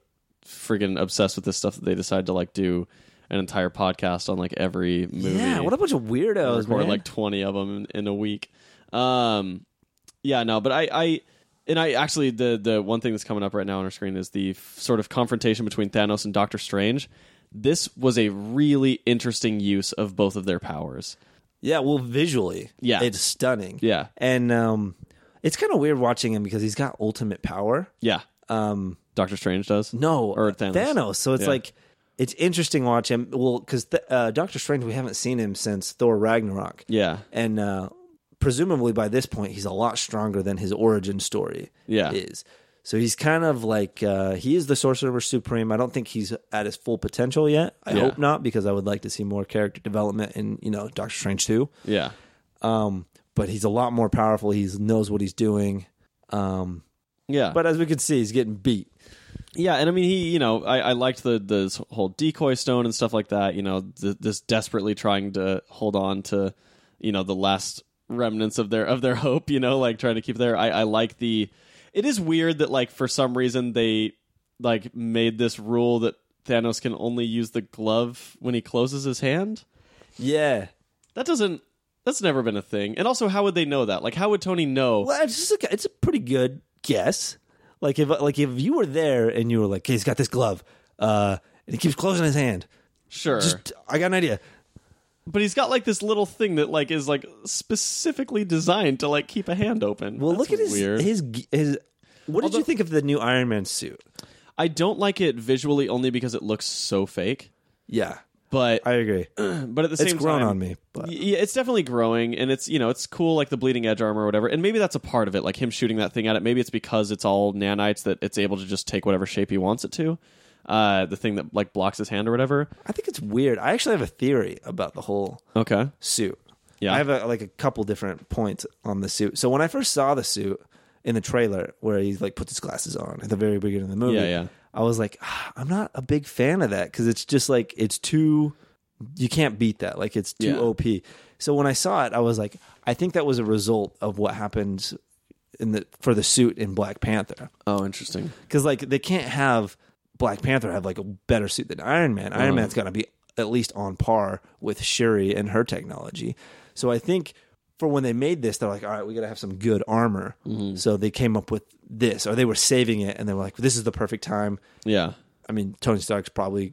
friggin obsessed with this stuff that they decide to like do an entire podcast on like every movie yeah, what a bunch of They weirdos, record man. like 20 of them in, in a week um yeah no but i i and i actually the the one thing that's coming up right now on our screen is the f- sort of confrontation between thanos and doctor strange this was a really interesting use of both of their powers yeah, well, visually, Yeah. it's stunning. Yeah. and um, it's kind of weird watching him because he's got ultimate power. yeah Um, Mm-hmm. doctor strange does no, or thanos, So it's Yeah. like. It's interesting to watch him. Well, because th- uh, Doctor Strange, we haven't seen him since Thor Ragnarok. yeah and uh, presumably by this point he's a lot stronger than his origin story Yeah. is. So he's kind of like uh, he is the sorcerer supreme. I don't think he's at his full potential yet. I Yeah. hope not because I would like to see more character development in you know Doctor Strange too. yeah Um, but he's a lot more powerful. He knows what he's doing. Um, yeah but as we can see, he's getting beat. Yeah, and I mean, he, you know, I, I liked the this whole decoy stone and stuff like that. You know, th- this desperately trying to hold on to, you know, the last remnants of their of their (laughs) hope. You know, like trying to keep there. I, I like the. It is weird that like for some reason they like made this rule that Thanos can only use the glove when he closes his hand. Yeah. That doesn't. That's never been a thing. And also, how would they know that? Like, how would Tony know? Well, it's just a, it's a pretty good guess. Like if like if you were there and you were like, hey, he's got this glove, uh, and he keeps closing his hand. Sure, Just, I got an idea. but he's got like this little thing that like is like specifically designed to like keep a hand open. Well, That's look at his weird. his his. What did you think of the new Iron Man suit? I don't like it visually only because it looks so fake. Yeah, But I agree. but at the It's same grown time, on me, but Y- Yeah, it's definitely growing, and it's you know it's cool like the bleeding edge armor or whatever, and maybe that's a part of it, like him shooting that thing at it. Maybe it's because it's all nanites that it's able to just take whatever shape he wants it to. Uh, the thing that like blocks his hand or whatever. I think it's weird. I actually have a theory about the whole Okay, suit. Yeah. I have a, like a couple different points on the suit. So when I first saw the suit in the trailer, where he like puts his glasses on at the very beginning of the movie, Yeah, yeah. I was like, "Ah, I'm not a big fan of that because it's just like it's too. You can't beat that. Like it's too Yeah. op. So when I saw it, I was like, I think that was a result of what happened in the for the suit in Black Panther oh interesting. because like they can't have Black Panther have like a better suit than Iron Man. Iron Man's got to be at least on par with Shuri and her technology. So I think for when they made this, they're like, all right, we got to have some good armor. So they came up with this, or they were saving it, and they were like, this is the perfect time. Yeah. I mean, Tony Stark's probably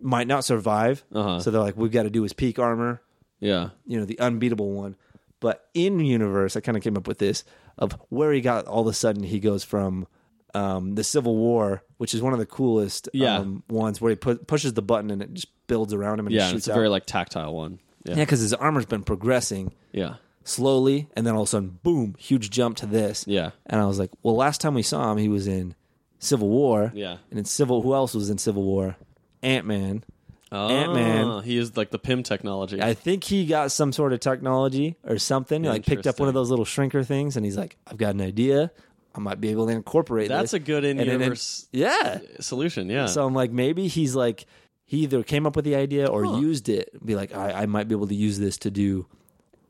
might not survive. Uh-huh. So they're like, we've got to do his peak armor, Yeah. you know, the unbeatable one. But in universe, I kind of came up with this of where he got all of a sudden he goes from um, the Civil War, which is one of the coolest Yeah. um, ones, where he pu- pushes the button and it just builds around him and Yeah. he and shoots It's a out. very like tactile one. Yeah. yeah, because his armor's been progressing Yeah. slowly, and then all of a sudden, boom, huge jump to this. Yeah. And I was like, well, last time we saw him, he was in Civil War. Yeah. And in Civil, who else was in Civil War? Ant Man. Ant-Man. Ah, He is like the Pym technology. I think he got some sort of technology or something. He, like picked up one of those little shrinker things, and he's like, I've got an idea. I might be able to incorporate. That's this." a good And then- in-universe- yeah. Solution. Yeah. So I'm like, maybe he's like, he either came up with the idea or used it. Be like, I, I might be able to use this to do.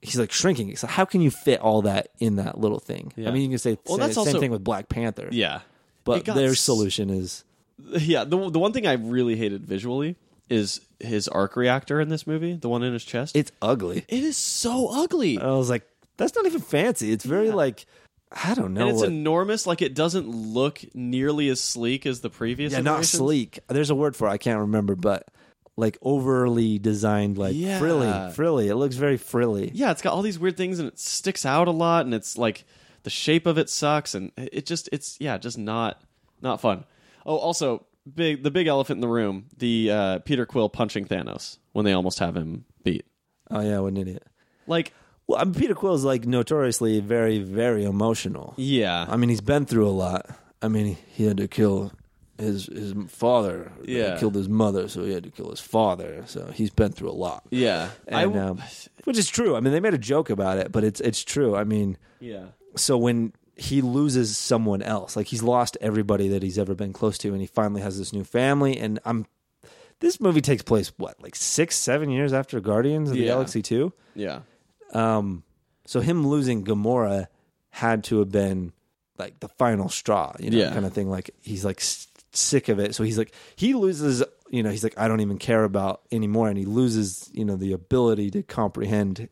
He's like shrinking. So how can you fit all that in that little thing? Yeah. I mean, you can say Well, say that's the same also- thing with Black Panther. yeah. It but got their s- solution is Yeah. The the one thing I really hated visually is his arc reactor in this movie, the one in his chest. it's ugly. it is so ugly. I was like, that's not even fancy. It's very like, I don't know. and it's what- enormous. Like it doesn't look nearly as sleek as the previous. yeah, not iterations. sleek. There's a word for it. I can't remember, but like overly designed, like Yeah. frilly, frilly. It looks very frilly. Yeah, it's got all these weird things, and it sticks out a lot, and it's like the shape of it sucks, and it just it's yeah, just not not fun. Oh, also big the big elephant in the room, the uh, Peter Quill punching Thanos when they almost have him beat. Oh yeah, what an idiot. Like Well, I mean, Peter Quill's like notoriously very, very emotional. yeah, I mean, he's been through a lot. I mean, he had to kill his his father. He Yeah. killed his mother, so he had to kill his father. So he's been through a lot. yeah, uh, I And, w- um, which is true. I mean, they made a joke about it, but it's it's true. I mean, yeah. so when he loses someone else like he's lost everybody that he's ever been close to and he finally has this new family and i'm this movie takes place what like six seven years after guardians of the Yeah. galaxy 2 Yeah. so him losing gamora had to have been like the final straw you know Yeah. kind of thing like he's like s- sick of it so he's like he loses you know he's like i don't even care about anymore and he loses you know the ability to comprehend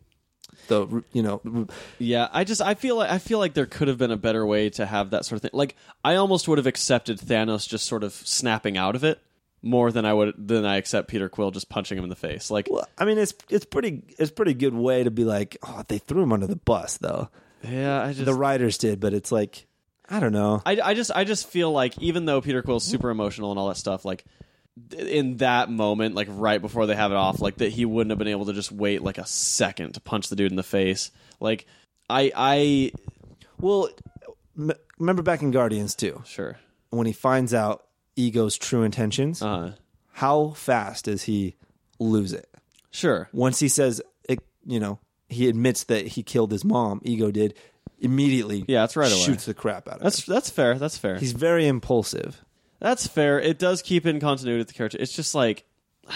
the you know Yeah, I just I feel like I feel like there could have been a better way to have that sort of thing. Like I almost would have accepted Thanos just sort of snapping out of it more than I would than I accept Peter Quill just punching him in the face. Like Well, I mean, it's it's pretty it's pretty good way to be like, oh, they threw him under the bus though. yeah, I just The writers did, but it's like, I don't know. I, I just I just feel like even though Peter Quill's super emotional and all that stuff, like th- in that moment, like right before they have it off, like that he wouldn't have been able to just wait like a second to punch the dude in the face. Like I I Well, m- remember back in Guardians too, sure when he finds out Ego's true intentions, uh how fast does he lose it? sure Once he says, it, you know, he admits that he killed his mom, Ego did, immediately. Yeah, that's right away. Shoots the crap out of that's him. that's fair that's fair He's very impulsive. That's fair. It does keep in continuity with the character. It's just like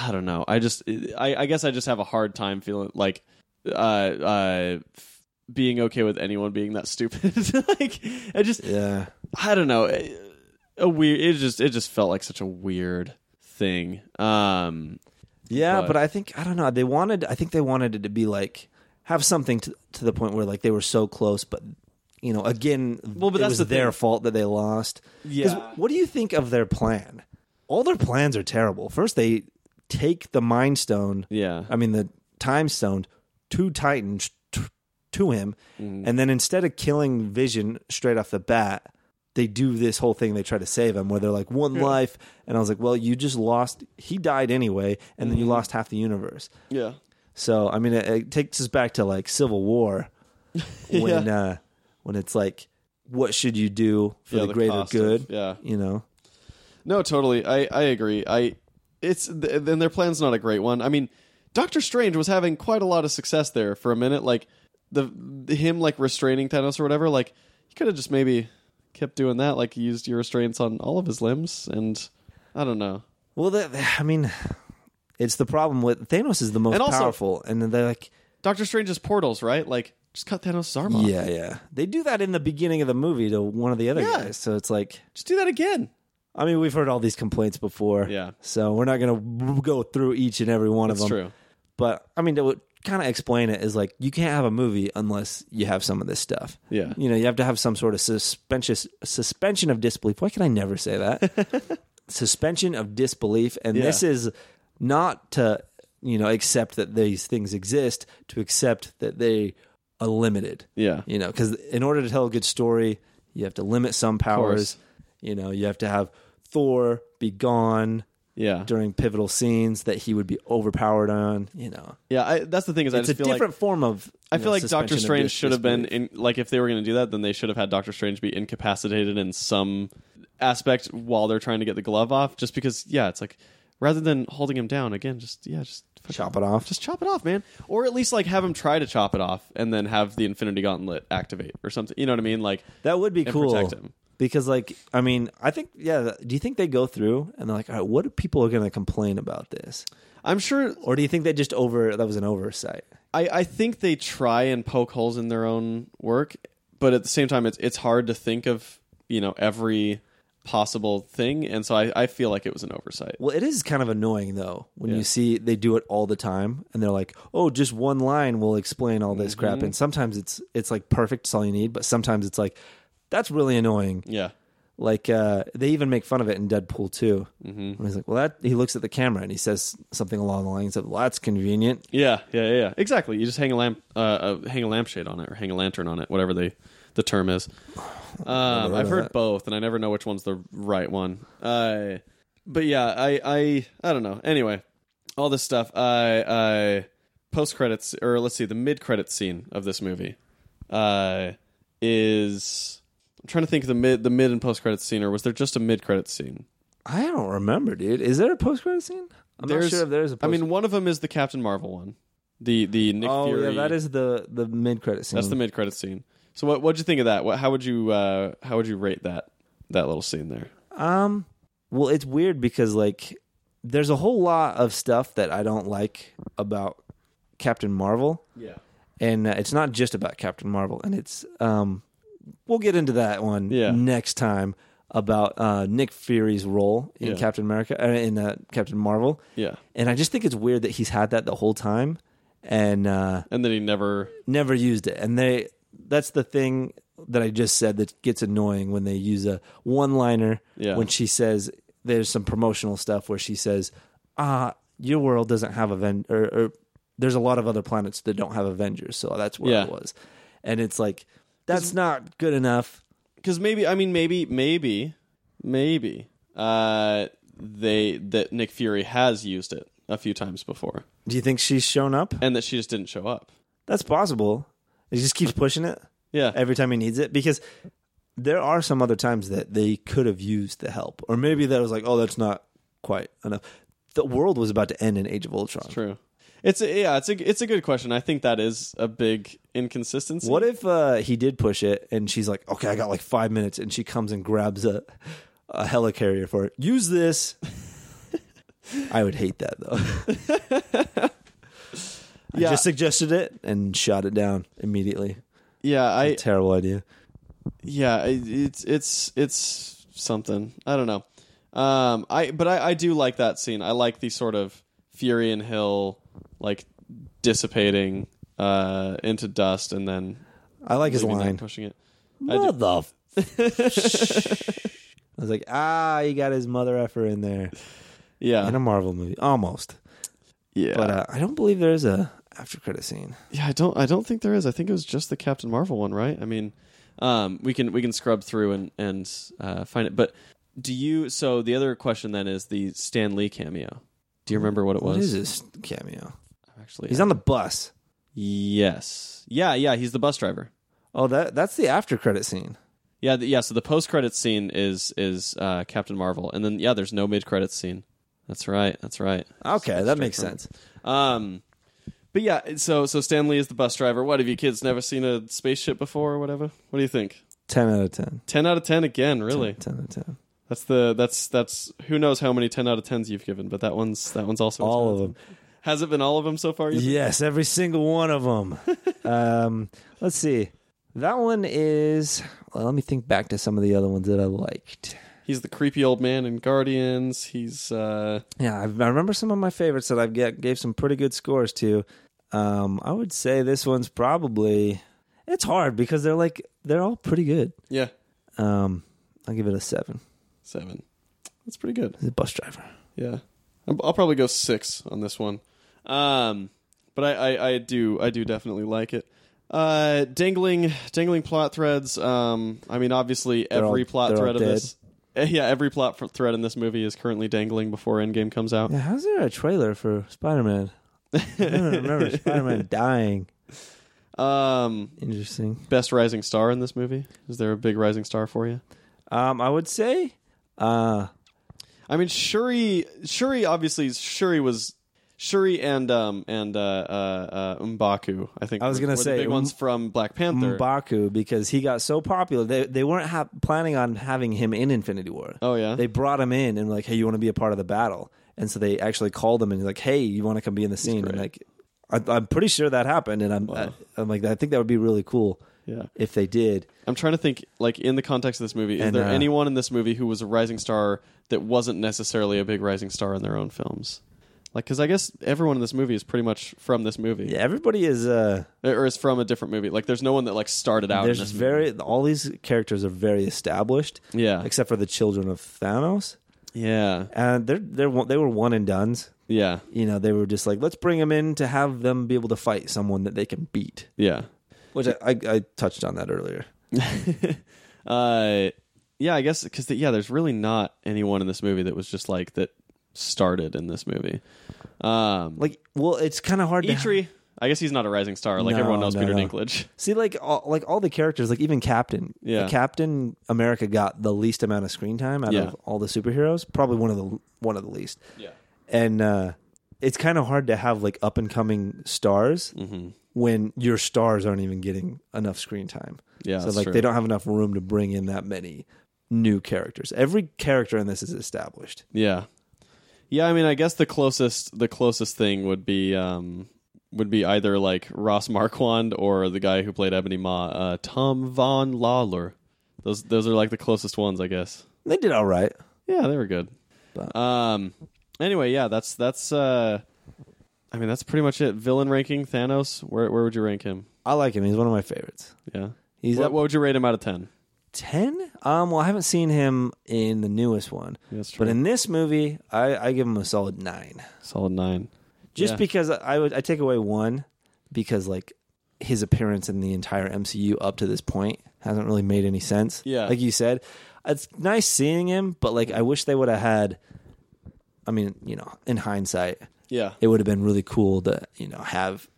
I don't know. I just I, I guess I just have a hard time feeling like uh uh f- being okay with anyone being that stupid. (laughs) like I just Yeah. I don't know. A, a weird. It just it just felt like such a weird thing. Um. Yeah, but- but, I think I don't know. They wanted. I think they wanted it to be like have something to, to the point where like they were so close, but you know, again, Well, but it that's was the their thing. fault that they lost. 'Cause Yeah. What do you think of their plan? All their plans are terrible. First, they take the mind stone. Yeah. I mean the time stone to Titan t- to him, Mm-hmm. and then instead of killing Vision straight off the bat. They do this whole thing. They try to save him, where they're like one life, and I was like, "Well, you just lost. He died anyway, and then Mm-hmm. you lost half the universe." Yeah. So I mean, it, it takes us back to like Civil (laughs) War, when uh, when it's like, what should you do for Yeah, the, the greater cost of- good? yeah. you know, No, totally. I I agree. I it's th- then their plan's not a great one. I mean, Doctor Strange was having quite a lot of success there for a minute. Like the him like restraining Thanos or whatever. Like you could have just maybe kept doing that. Like you used your restraints on all of his limbs, and I don't know. well, that, I mean, it's the problem with Thanos is the most And also- powerful, and then they're like, Doctor Strange's portals, right? Like just cut Thanos' arm off. yeah, yeah, they do that in the beginning of the movie to one of the other Yeah. guys. So it's like, Just do that again. I mean, we've heard all these complaints before. Yeah. So we're not going to go through each and every one That's of them. true. But I mean, to kind of explain it is like you can't have a movie unless you have some of this stuff. Yeah. You know, you have to have some sort of suspension suspension of disbelief. Why can I never say that? (laughs) suspension of disbelief, and Yeah. this is not to you know accept that these things exist, to accept that they are limited. Yeah. You know, because in order to tell a good story, you have to limit some powers. You know, you have to have Thor be gone Yeah. during pivotal scenes that he would be overpowered on. You know, Yeah, I, that's the thing is I it's a just feel different like form of. I you feel know, like suspension Doctor of Strange dis- should have been disbelief. in like if they were going to do that, then they should have had Doctor Strange be incapacitated in some aspect while they're trying to get the glove off. Just because, yeah, it's like rather than holding him down again, just yeah, just fucking- Chop it off. just chop it off, man. Or at least like have him try to chop it off and then have the Infinity Gauntlet activate or something. You know what I mean? Like That would be and cool. protect him. Because, like, I mean, I think, yeah. Do you think they go through and they're like, all right, what are people are going to complain about this, I'm sure. or do you think they just over that was an oversight? I I think they try and poke holes in their own work, but at the same time, it's it's hard to think of you know every possible thing, and so I I feel like it was an oversight. Well, it is kind of annoying though when you see they do it all the time, and they're like, "Oh, just one line will explain all this Mm-hmm. crap." And sometimes it's it's like perfect, it's all you need. But sometimes it's like, that's really annoying. Yeah. Like uh, they even make fun of it in Deadpool too. Mm-hmm. When he's like, "Well, that," he looks at the camera and he says something along the lines of, "Well, that's convenient." Yeah, yeah, yeah, yeah. Exactly. You just hang a lamp, uh, uh, hang a lampshade on it, or hang a lantern on it, whatever they, the term (sighs) is. Um, I've heard both, and I never know which one's the right one. Uh, but yeah, I, I, I don't know. Anyway, all this stuff. I, I post credits, or let's see, the mid credit scene of this movie uh, is. I'm trying to think of the mid, the mid and post credit scene, or was there just a mid credit scene? I don't remember, dude. Is there a post credit scene? I'm not sure if there's a. I Post- mean, one of them is the Captain Marvel one. The the Nick oh Fury. yeah, that is the the mid credit scene. That's the mid credit scene. So what what'd you think of that? What how would you uh how would you rate that that little scene there? Um, well, it's weird because like there's a whole lot of stuff that I don't like about Captain Marvel, Yeah. and uh, it's not just about Captain Marvel, and it's um, we'll get into that one Yeah. next time about uh, Nick Fury's role in Yeah. Captain America uh, in uh, Captain Marvel, Yeah. and I just think it's weird that he's had that the whole time, and uh, And then he never never used it. And they that's the thing that I just said that gets annoying when they use a one liner Yeah. when she says there's some promotional stuff where she says, Ah, your world doesn't have Aven or, or there's a lot of other planets that don't have Avengers, so that's where Yeah. it was. And it's like that's not good enough. cuz maybe I mean maybe maybe maybe uh they that Nick Fury has used it a few times before Do you think she's shown up? and that she just didn't show up. That's possible. He just keeps pushing it Yeah. every time he needs it because there are some other times that they could have used the help, or maybe that was like, oh, that's not quite enough. The world was about to end in Age of Ultron. True. It's a, yeah, it's a it's a good question. I think that is a big inconsistency. What if uh, he did push it and she's like, okay, I got like five minutes, and she comes and grabs a a helicarrier for it. Use this. (laughs) I would hate that though. I (laughs) Yeah. just suggested it and shot it down immediately. yeah, I Terrible idea. yeah it- it's it's it's something i don't know um i but i i do like that scene i like the sort of fury and hill like dissipating uh into dust and then I like his leaving that line. and pushing it Mother. (laughs) I was like, ah, you got his mother effer in there yeah in a Marvel movie, almost. yeah But uh, I don't believe there is a after credit scene. yeah i don't i don't think there is i think it was just the captain marvel one right i mean um we can we can scrub through and and uh find it but do you so the other question then is the stan lee cameo do you remember what it was What is this cameo? actually He's on the bus. Yes. Yeah, yeah, he's the bus driver. Oh, that that's the after credit scene. Yeah, th- yeah, so the post-credit scene is is uh, Captain Marvel and then yeah, there's no mid-credit scene. That's right. That's right. Okay, that makes from it. sense. Um but yeah, so so Stanley is the bus driver. What have you kids never seen a spaceship before or whatever? What do you think? Ten out of ten. 10 out of 10 again, really. Ten out of ten. That's the that's that's who knows how many 10 out of 10s you've given, but that one's that one's also a 10 All out of them. 10. Has it been all of them so far? you think? Yes, every single one (laughs) of them. um, let's see. That one is. Well, let me think back to some of the other ones that I liked. He's the creepy old man in Guardians. He's uh, Yeah, I, I remember some of my favorites that I've get, gave some pretty good scores to. Um, I would say this one's probably it's hard because they're like they're all pretty good. yeah, Um, I'll give it a seven. seven. That's pretty good. The bus driver. Yeah, I'm- I'll probably go six on this one. Um, but I, I, I do I do definitely like it. Uh, dangling dangling plot threads. Um, I mean, obviously all- every plot they're all thread of dead. this. eh, Yeah, every plot f- thread in this movie is currently dangling before Endgame comes out. Yeah, how's there a trailer for Spider Man? I don't remember (laughs) Spider Man dying. Um, Interesting. best rising star in this movie. Is there a big rising star for you? Um, I would say, uh, I mean, Shuri. Shuri obviously. Shuri was Shuri and um and uh uh, uh M'Baku. I think I was gonna were the say, big ones from Black Panther. Mbaku because he got so popular. They they weren't ha- planning on having him in Infinity War. Oh, yeah? They brought him in and like, hey, you want to be a part of the battle? And so they actually called him and he's like, hey, you want to come be in the scene? And like, I, I'm pretty sure that happened. And I'm I, am like, I think that would be really cool. Yeah. If they did, I'm trying to think, like in the context of this movie, is And, there uh, anyone in this movie who was a rising star that wasn't necessarily a big rising star in their own films? Like, because I guess everyone in this movie is pretty much from this movie, yeah, everybody is. uh or is from a different movie. Like, there's no one that like started out. There's in this very all these characters are very established. Yeah. Except for the children of Thanos, movie. yeah, and they're they're one- they were one and duns. yeah, You know, they were just like, let's bring them in to have them be able to fight someone that they can beat. (laughs) yeah. Which I, I, I touched on that earlier. Uh, yeah, I guess because the, yeah, there's really not anyone in this movie that was just like that started in this movie. Um, like Like, well, it's kind of hard to Eitri, I guess he's not a rising star. Like No, everyone knows no, Peter no. Dinklage. see, like, all, like all the characters, like even Captain, Yeah. Captain America got the least amount of screen time out Yeah. of all the superheroes, probably one of the one of the least. Yeah. And uh, it's kind of hard to have like up and coming stars Mm-hmm. when your stars aren't even getting enough screen time. Yeah, so that's like true. they don't have enough room to bring in that many new characters. Every character in this is established. Yeah. Yeah, I mean I guess the closest the closest thing would be um would be either like Ross Marquand or the guy who played Ebony Maw, uh, Tom Von Lawler. Those those are like the closest ones, I guess. They did all right. Yeah, they were good. But- um anyway, yeah, that's that's uh I mean that's pretty much it. Villain ranking Thanos, where where would you rank him? I like him. He's one of my favorites. Yeah. He's what, up- what would you rate him out of 10? 10 um well i haven't seen him in the newest one That's but true. in this movie i i give him a solid nine Solid 9. just Yeah. because i would i take away one because like his appearance in the entire mcu up to this point hasn't really made any sense Yeah. like you said it's nice seeing him but like i wish they would have had i mean you know in hindsight Yeah. it would have been really cool to you know have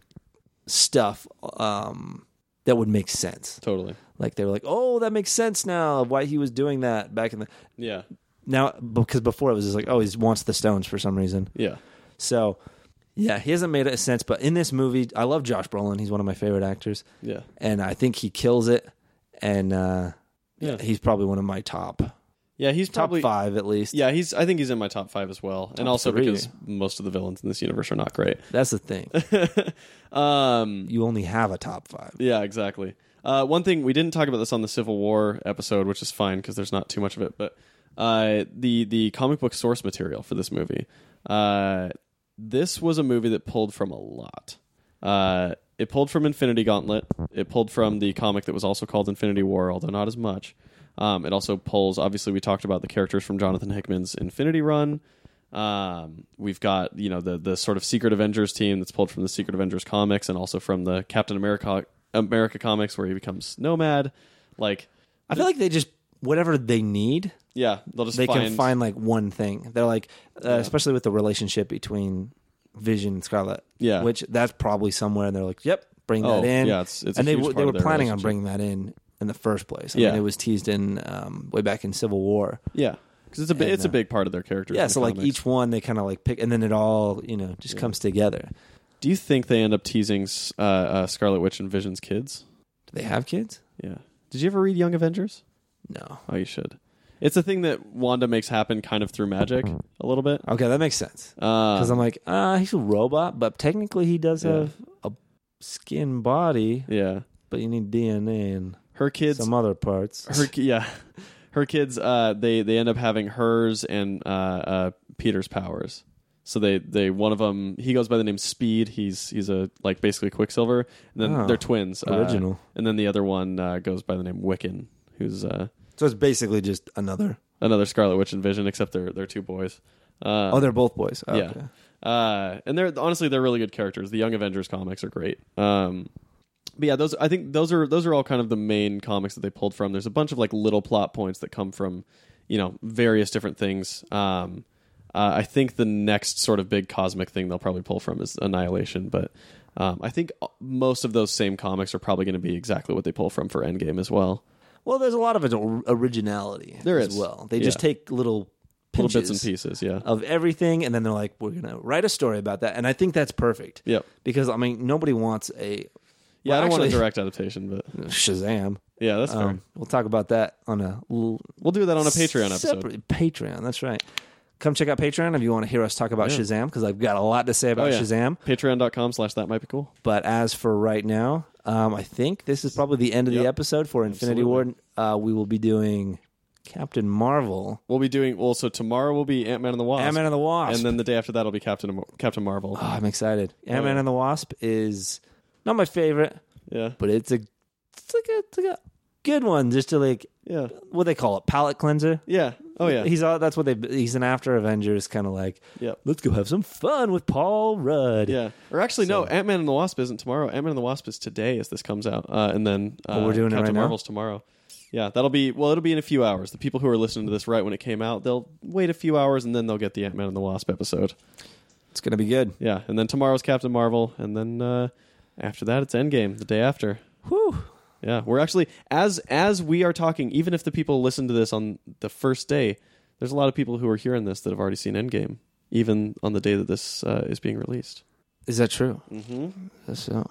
stuff um that would make sense Totally. like they were like, "Oh, that makes sense now. Why he was doing that back in the Yeah. now?" Because before it was just like, "Oh, he wants the stones for some reason." Yeah. So, yeah, he hasn't made a sense. But in this movie, I love Josh Brolin. He's one of my favorite actors, Yeah. and I think he kills it. And uh, Yeah. he's probably one of my top Yeah, he's top probably five at least. Yeah, he's. I think he's in my top five as well, and also three. because most of the villains in this universe are not great. That's the thing. Um, you only have a top five. yeah, exactly. Uh, one thing we didn't talk about this on the Civil War episode, which is fine because there's not too much of it, but uh, the the comic book source material for this movie. Uh, this was a movie that pulled from a lot. Uh, it pulled from Infinity Gauntlet. It pulled from the comic that was also called Infinity War, although not as much. Um, it also pulls. Obviously, we talked about the characters from Jonathan Hickman's Infinity Run. Um, we've got you know the the sort of Secret Avengers team that's pulled from the Secret Avengers comics and also from the Captain America America comics where he becomes Nomad. Like, I feel like they just whatever they need, yeah, they'll just they can find like one thing. They're like, uh, especially with the relationship between Vision and Scarlet. Yeah. which that's probably somewhere, and they're like, "Yep, bring Oh, that in." yeah, it's- it's a and they huge w- part they of were their planning on relationship. bringing that in in the first place. I Yeah. mean, it was teased in um, way back in Civil War. yeah because it's a bi- And, it's a uh, big part of their character. Yeah, so like each one they kind of like pick, and then it all you know just comes together. Do Do you think they end up teasing s- uh, uh, Scarlet Witch and Vision's kids? they have kids? Yeah. Did you ever read Young Avengers? No. Oh, you should. It's a thing that Wanda makes happen kind of through magic a little bit. Okay, that makes sense. Uh, Mm. Because I'm like, ah, he's a robot, but technically he does Yeah. have a skin body, yeah. but you need DNA and Her kids (laughs) some other parts. her ki- yeah. her kids uh, they they end up having hers and uh, uh, Peter's powers. So they they one of them he goes by the name Speed. He's he's a like basically Quicksilver. And then Oh, they're twins. uh, original. and then the other one uh, goes by the name Wiccan, who's uh, So it's basically just another. another Scarlet Witch and Vision, except they're they're two boys. Uh, Oh, they're both boys. Oh, yeah. okay. Uh, and they're honestly they're really good characters. The Young Avengers comics are great. Um, but yeah, those I think those are those are all kind of the main comics that they pulled from. There's a bunch of like little plot points that come from you know various different things. Um, uh, I think the next sort of big cosmic thing they'll probably pull from is Annihilation, but um, I think most of those same comics are probably going to be exactly what they pull from for Endgame as well. Well, there's a lot of or- originality There as is. well. They just Yeah. take little pinches Uh, Little bits and pieces, yeah. of everything, and then they're like, "We're gonna write a story about that," and I think that's perfect. Yep. Because I mean, nobody wants a yeah, I Well, don't want a actually- direct adaptation, (laughs) but Shazam. yeah, that's fair. Um, we'll talk about that on a l- we'll do that on a Patreon episode. separate- Patreon, that's right. Come check out Patreon if you want to hear us talk about Shazam, because I've got a lot to say about Oh, yeah. Shazam. Patreon.com slash that might be cool. But as for right now, um, I think this is probably the end of the Yep. episode for Infinity Absolutely. War. Uh, we will be doing Captain Marvel, We'll be doing well. So tomorrow will be Ant Man and the Wasp, Ant Man and the Wasp, and then the day after that will be Captain Mar- Captain Marvel. Oh, I'm excited. Ant Man yeah. and the Wasp is not my favorite, yeah, but it's a it's like a, it's like a good one just to like yeah, what they call it palate cleanser. yeah. Oh yeah, He's all, that's what they he's an after Avengers kind of like. Yep. Let's go have some fun with Paul Rudd. yeah. Or actually, no. Ant Man and the Wasp isn't tomorrow. Ant Man and the Wasp is today as this comes out, uh, and then uh, we're doing it Captain right now? Marvel's tomorrow. Yeah, that'll be well. It'll be in a few hours. The people who are listening to this right when it came out, they'll wait a few hours and then they'll get the Ant Man and the Wasp episode. It's gonna be good. Yeah, and then tomorrow's Captain Marvel, and then uh, after that it's Endgame the day after. Whew. Yeah, we're actually as as we are talking, even if the people listen to this on the first day, there's a lot of people who are hearing this that have already seen Endgame, even on the day that this uh, is being released. Is that true? Mm-hmm. So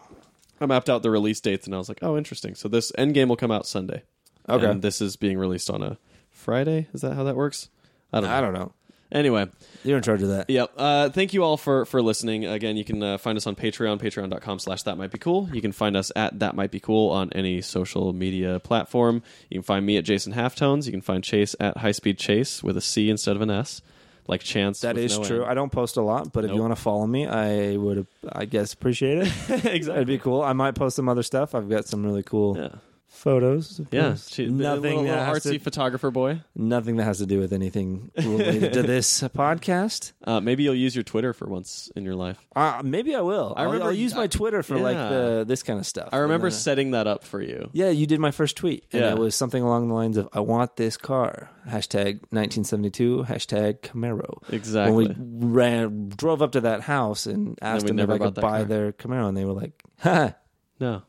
I mapped out the release dates, and I was like, "Oh, interesting." So this Endgame will come out Sunday. Okay. and this is being released on a Friday. Is that how that works? I don't know. I don't know. Anyway, You're in charge of that. Yep. Uh, thank you all for for listening. Again, you can uh, find us on Patreon, patreon.com slash that might be cool. You can find us at that might be cool on any social media platform. You can find me at Jason Halftones. You can find Chase at High Speed Chase with a C instead of an S, like Chance. That with is no true. I N. don't post a lot, but if you want to follow me, I would, I guess, (laughs) appreciate it. Exactly. That'd be cool. I might post some other stuff. I've got some really cool Yeah. photos. of Yeah. course. She- nothing little, little that has artsy to, photographer boy. nothing that has to do with anything related to this podcast. Uh, maybe you'll use your Twitter for once in your life. Uh, maybe I will. I I'll- remember- I'll, use my Twitter for like Yeah. the this kind of stuff. I remember And then, uh, setting that up for you. yeah, you did my first tweet, and Yeah. it was something along the lines of "I want this car." Hashtag 1972. Hashtag Camaro. Exactly. When we ran, drove up to that house and asked we them never if I bought could that buy car. their Camaro, and they were like, "Ha!" No.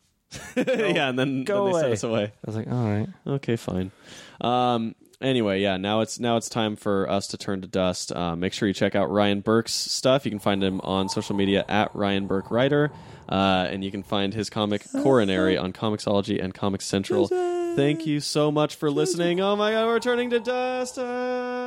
(laughs) yeah, and then, then they Go sent away. us away. I was like, "All right." Okay, fine. Um, anyway, yeah, now it's now it's time for us to turn to dust. Uh, make sure you check out Ryan Burke's stuff. You can find him on social media at Ryan Burke Writer, uh, and you can find his comic Coronary on Comixology and Comics Central. Thank you so much for listening. Oh my God, we're turning to dust. Uh,